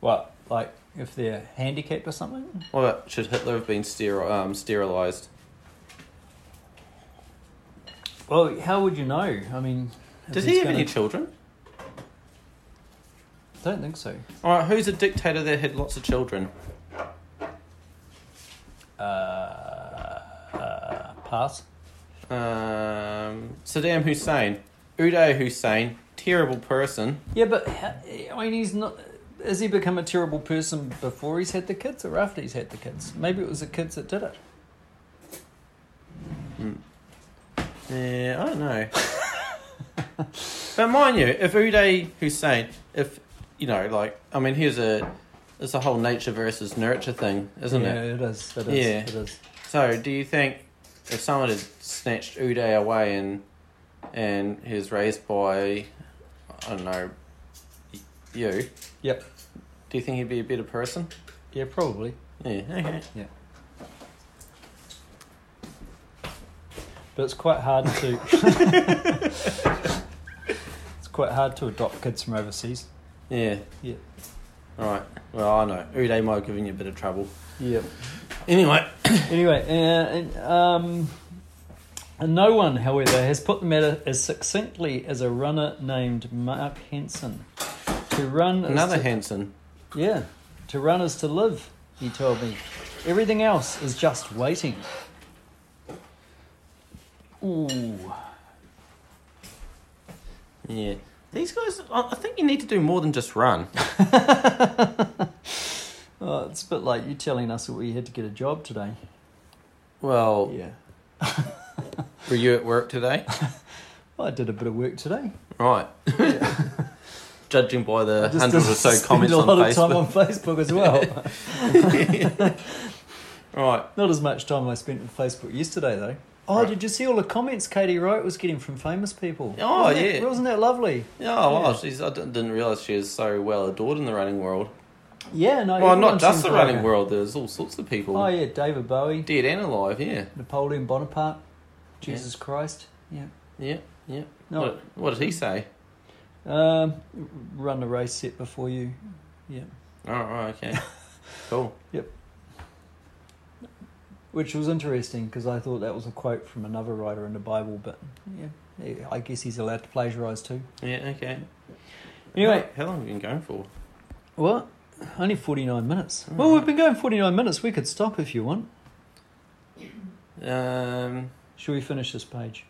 S1: What? Like if they're handicapped or something?
S2: What about, should Hitler have been steri- um, sterilized?
S1: Well, how would you know? I mean, if
S2: Does
S1: he's
S2: he have
S1: gonna-
S2: any children?
S1: Don't think so.
S2: All right, who's a dictator that had lots of children?
S1: Uh, uh, pass.
S2: Um, Saddam Hussein, Uday Hussein, terrible person.
S1: Yeah, but ho- I mean, he's not. Has he become a terrible person before he's had the kids, or after he's had the kids? Maybe it was the kids that did it.
S2: Yeah, I don't know. but mind you, if Uday Hussein, if you know, like, I mean, here's a, it's a whole nature versus nurture thing, isn't
S1: yeah,
S2: it?
S1: it is. It is.
S2: Yeah.
S1: It is.
S2: So, do you think if someone had snatched Uday away and and he was raised by, I don't know, y- you,
S1: Yep.
S2: do you think he'd be a better person?
S1: Yeah, probably.
S2: Yeah. Okay.
S1: Yeah. But it's quite hard to. it's quite hard to adopt kids from overseas.
S2: Yeah.
S1: Yeah.
S2: All right. Well, I know Uday might have given you a bit of trouble.
S1: Yep.
S2: Anyway.
S1: Anyway, uh, and, um, and no one, however, has put the matter as succinctly as a runner named Mark Henson. To run is
S2: Another
S1: to-
S2: Hanson.
S1: Yeah, to run is to live, he told me. Everything else is just waiting. Ooh.
S2: Yeah. These guys, I I think you need to do more than just run.
S1: Oh, it's a bit like you telling us that we had to get a job today.
S2: Well,
S1: Yeah.
S2: were you at work today?
S1: I did a bit of work today.
S2: Right. Judging by the
S1: Just
S2: hundred or
S1: to
S2: so
S1: spend
S2: comments
S1: a
S2: on
S1: lot of time
S2: Facebook.
S1: on Facebook as well.
S2: Right.
S1: Not as much time I spent on Facebook yesterday, though. Oh,
S2: Right.
S1: did you see all the comments Katie Wright was getting from famous people?
S2: Oh,
S1: Wasn't that-
S2: yeah.
S1: wasn't that lovely?
S2: Yeah, oh, wow.
S1: Yeah.
S2: She's, I didn't, didn't realise she is so well adored in the running world.
S1: Yeah, no.
S2: Well,
S1: everyone
S2: not just
S1: seemed
S2: the
S1: to like
S2: running
S1: her.
S2: world. There's all sorts of people,
S1: Oh, yeah, David Bowie,
S2: dead and alive. Yeah,
S1: Napoleon Bonaparte, Jesus Christ. Yeah.
S2: yeah, yeah.
S1: No.
S2: What, what did he say?
S1: Um, run the race set before you. Yeah.
S2: Oh, right, okay, cool.
S1: Which was interesting because I thought that was a quote from another writer in the Bible, but yeah, I guess he's allowed to plagiarize too.
S2: Yeah, okay.
S1: Anyway.
S2: how, how long have you been going for?
S1: What? Only 49 minutes. Well, we've been going 49 minutes. We could stop if you want.
S2: Um,
S1: Shall we finish this page?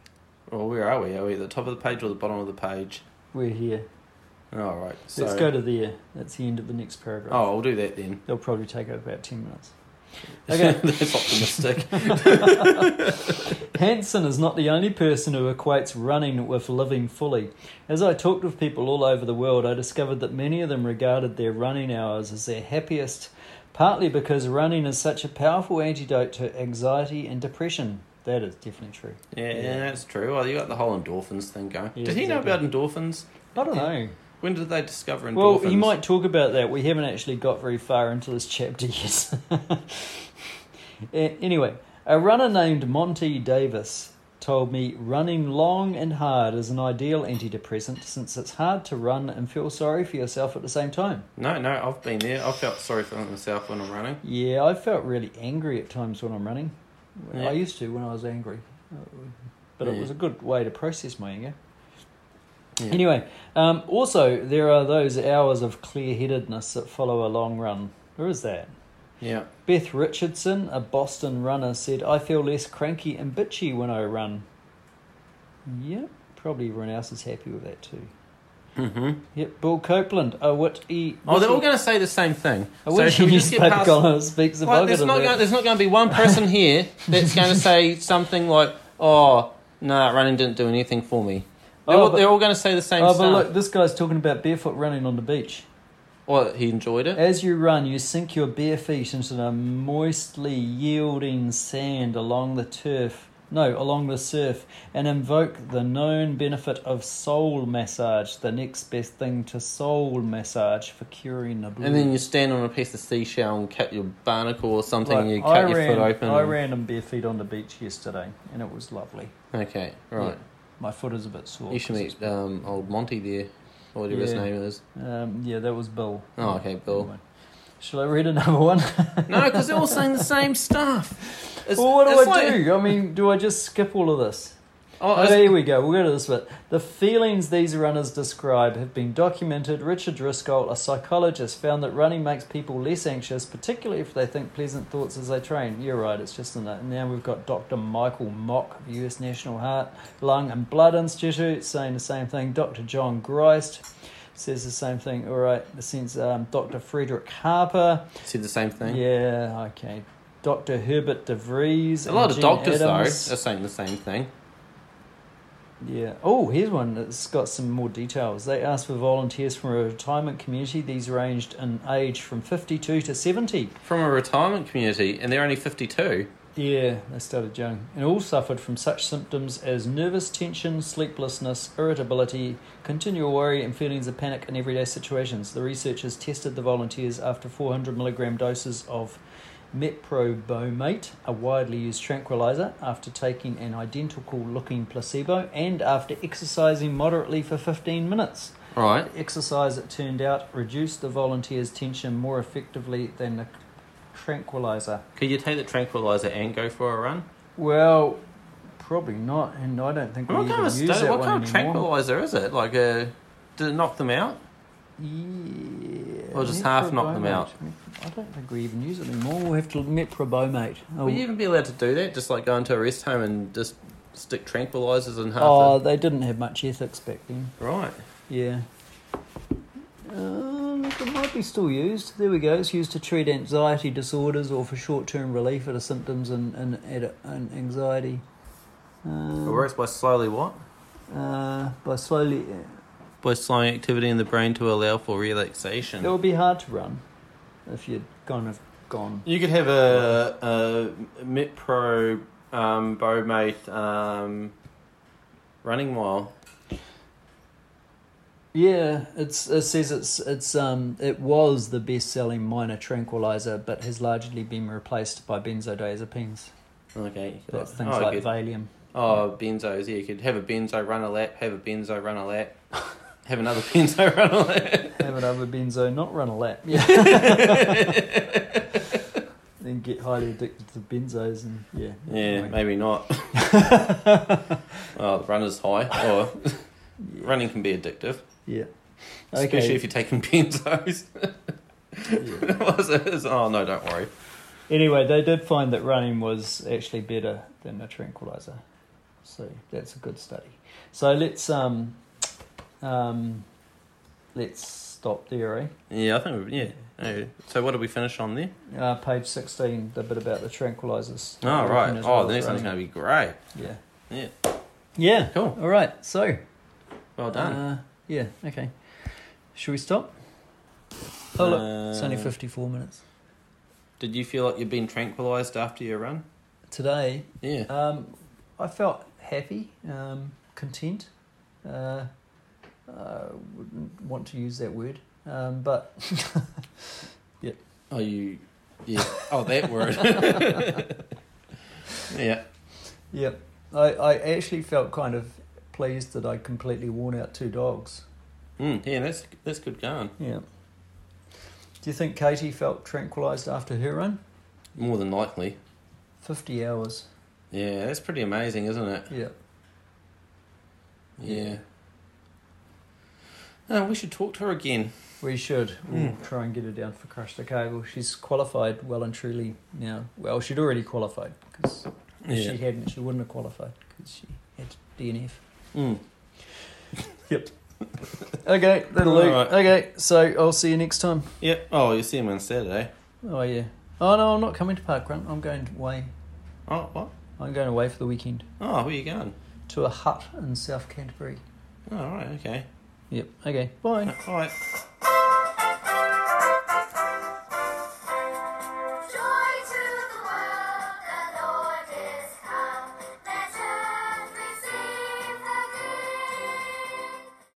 S2: well, where are we? Are we at the top of the page or the bottom of the page?
S1: We're here.
S2: All right. So,
S1: Let's go to there. That's the end of the next paragraph.
S2: Oh, I'll do that then.
S1: They'll probably take about 10 minutes. Okay.
S2: That's optimistic.
S1: Hansen is not the only person who equates running with living fully. As I talked with people all over the world, I discovered that many of them regarded their running hours as their happiest, partly because running is such a powerful antidote to anxiety and depression. That is definitely true.
S2: yeah, yeah, that's true. Well, you got the whole endorphins thing going.
S1: Yeah,
S2: did he know about
S1: exactly.
S2: endorphins?
S1: I don't know.
S2: When did they discover endorphins?
S1: Well, he might talk about that. We haven't actually got very far into this chapter yet. A- anyway, a runner named Monty Davis told me running long and hard is an ideal antidepressant since it's hard to run and feel sorry for yourself at the same time.
S2: No, no, I've been there. I felt sorry for myself when I'm running.
S1: Yeah, I felt really angry at times when I'm running.
S2: Yeah.
S1: I used to when I was angry. But it
S2: Yeah.
S1: was a good way to process my anger.
S2: Yeah.
S1: Anyway, um, also, there are those hours of clear headedness that follow a long run. Where is that?
S2: Yeah.
S1: Beth Richardson, a Boston runner, said, I feel less cranky and bitchy when I run. Yep, probably everyone else is happy with that too.
S2: Mm-hmm.
S1: Yep, Bill Copeland, a wit e.
S2: Oh, they're all going to say the same thing.
S1: A witty
S2: if we just get
S1: newspaper
S2: past-
S1: columnist speaks
S2: Like,
S1: about
S2: there's,
S1: it.
S2: not going, there's not going to be one person here that's going to say something like, oh, nah, running didn't do anything for me. They're,
S1: Oh,
S2: all,
S1: but-
S2: they're all going to say the same
S1: Oh, but
S2: stuff.
S1: look, this guy's talking about barefoot running on the beach.
S2: Well, he enjoyed it.
S1: As you run, you sink your bare feet into the moistly yielding sand along the turf. No, along the surf, and invoke the known benefit of soul massage, the next best thing to soul massage for curing the blues.
S2: And then you stand on a piece of seashell and cut your barnacle or something
S1: Like,
S2: and you
S1: I
S2: cut your
S1: ran,
S2: foot open.
S1: I
S2: and-
S1: ran in bare feet on the beach yesterday, and it was lovely.
S2: Okay, right.
S1: My foot is a bit sore.
S2: You should
S1: 'cause
S2: meet um, old Monty there, or whatever his
S1: Yeah.
S2: name is.
S1: it's- Um, yeah, that was Bill.
S2: Oh, okay, Bill.
S1: Anyway. Shall I read another one?
S2: No, because they're all saying the same stuff. It's,
S1: well, what do I
S2: it's like-
S1: do? I mean, do I just skip all of this?
S2: Oh,
S1: Oh,
S2: it's-
S1: here we go. We'll go to this bit. The feelings these runners describe have been documented. Richard Driscoll, a psychologist, found that running makes people less anxious, particularly if they think pleasant thoughts as they train. You're right, it's just in that. And now we've got Dr. Michael Mock of US National Heart, Lung and Blood Institute saying the same thing. Dr. John Greist says the same thing. All right, since um, Dr. Frederick Harper.
S2: said the same thing.
S1: Yeah, okay. Dr. Herbert DeVries.
S2: A lot
S1: and
S2: of
S1: Gene
S2: doctors
S1: Adams.
S2: though are saying the same thing.
S1: Yeah. Oh, here's one that's got some more details. They asked for volunteers from a retirement community. These ranged in age from 52 to 70.
S2: From a retirement community, and they're only fifty-two.
S1: Yeah, they started young. And all suffered from such symptoms as nervous tension, sleeplessness, irritability, continual worry, and feelings of panic in everyday situations. The researchers tested the volunteers after 400 milligram doses of meprobamate, a widely used tranquilizer, after taking an identical looking placebo, and after exercising moderately for 15 minutes.
S2: All right.
S1: Exercise, it turned out, reduced the volunteers' tension more effectively than the tranquilizer.
S2: Could you take the tranquilizer and go for a run?
S1: Well, probably not, and I don't think we
S2: What
S1: even
S2: kind of
S1: use
S2: sto-
S1: that
S2: What
S1: one
S2: kind of
S1: anymore.
S2: tranquilizer is it? Like a. Did it knock them out?
S1: Yeah,
S2: Or just half knock them
S1: meprobamate.
S2: out?
S1: I don't think we even use it anymore. We'll have to meprobamate. Oh,
S2: Would you even be allowed to do that? Just like go into a rest home and just stick tranquilizers in half.
S1: oh,
S2: the-
S1: they didn't have much ethics back then.
S2: right.
S1: Yeah. Um, it might be still used. There we go. It's used to treat anxiety disorders or for short-term relief of the symptoms and and, and- and anxiety.
S2: It
S1: Um,
S2: works by slowly what?
S1: uh, by slowly,
S2: By slowing activity in the brain to allow for relaxation.
S1: it would be hard to run if you'd kind of gone.
S2: You could have a, a MitPro um, Bowmate um, running mile.
S1: Yeah, it's it says it's it's um it was the best selling minor tranquilizer, but has largely been replaced by benzodiazepines.
S2: Okay.
S1: That's things
S2: oh,
S1: like
S2: good.
S1: Valium.
S2: oh, benzos. Yeah, you could have a benzo run a lap, have a benzo run a lap, have another benzo run a lap.
S1: Have another benzo, not run a lap. Yeah. then get highly addicted to benzos and yeah.
S2: Yeah,
S1: Anyway.
S2: maybe not. oh, the runner's high. Or running can be addictive,
S1: Yeah.
S2: especially if you're taking benzos.
S1: yeah.
S2: Was it- oh no, don't worry.
S1: Anyway, they did find that running was actually better than a tranquilizer, so that's a good study. So let's um, um, let's stop there, eh?
S2: Yeah, I think we, yeah. Oh, So what did we finish on there?
S1: Uh, page 16, the bit about the tranquilizers.
S2: Oh right.
S1: As well
S2: Oh, the
S1: as
S2: next one's
S1: running.
S2: going to be great.
S1: Yeah.
S2: Yeah.
S1: Yeah.
S2: Cool.
S1: All right. So.
S2: Well done.
S1: Uh, yeah. Okay. Should we stop? Oh look, it's only
S2: Uh,
S1: fifty-four minutes
S2: Did you feel like you've been tranquilized after your run?
S1: today.
S2: Yeah.
S1: Um, I felt happy, um, content. Uh, I wouldn't want to use that word, um, but
S2: Are Oh, you? Yeah. Oh, that word. yeah.
S1: yeah, I, I actually felt kind of pleased that I completely worn out two dogs.
S2: Mm, yeah. That's that's good going.
S1: Yeah. Do you think Katie felt tranquilized after her run?
S2: More than likely.
S1: Fifty hours.
S2: Yeah, that's pretty amazing, isn't it?
S1: Yeah.
S2: Yeah. Oh, we should talk to her again.
S1: We should. We'll try and get her down for Crush the Cable. She's qualified well and truly now. Well, she'd already qualified because
S2: Yeah.
S1: she hadn't. She wouldn't have qualified because she had DNF.
S2: Mm.
S1: Okay, that'll do.
S2: Alright.
S1: Okay, so I'll see you next time.
S2: Yeah. Oh, you see him on Saturday.
S1: Oh, yeah. Oh, no, I'm not coming to Parkrun. I'm going away.
S2: Oh, what?
S1: I'm going away for the weekend
S2: Oh, where you going?
S1: to a hut in South Canterbury.
S2: Oh, all right. Okay.
S1: Yep. Okay, bye.
S2: All right.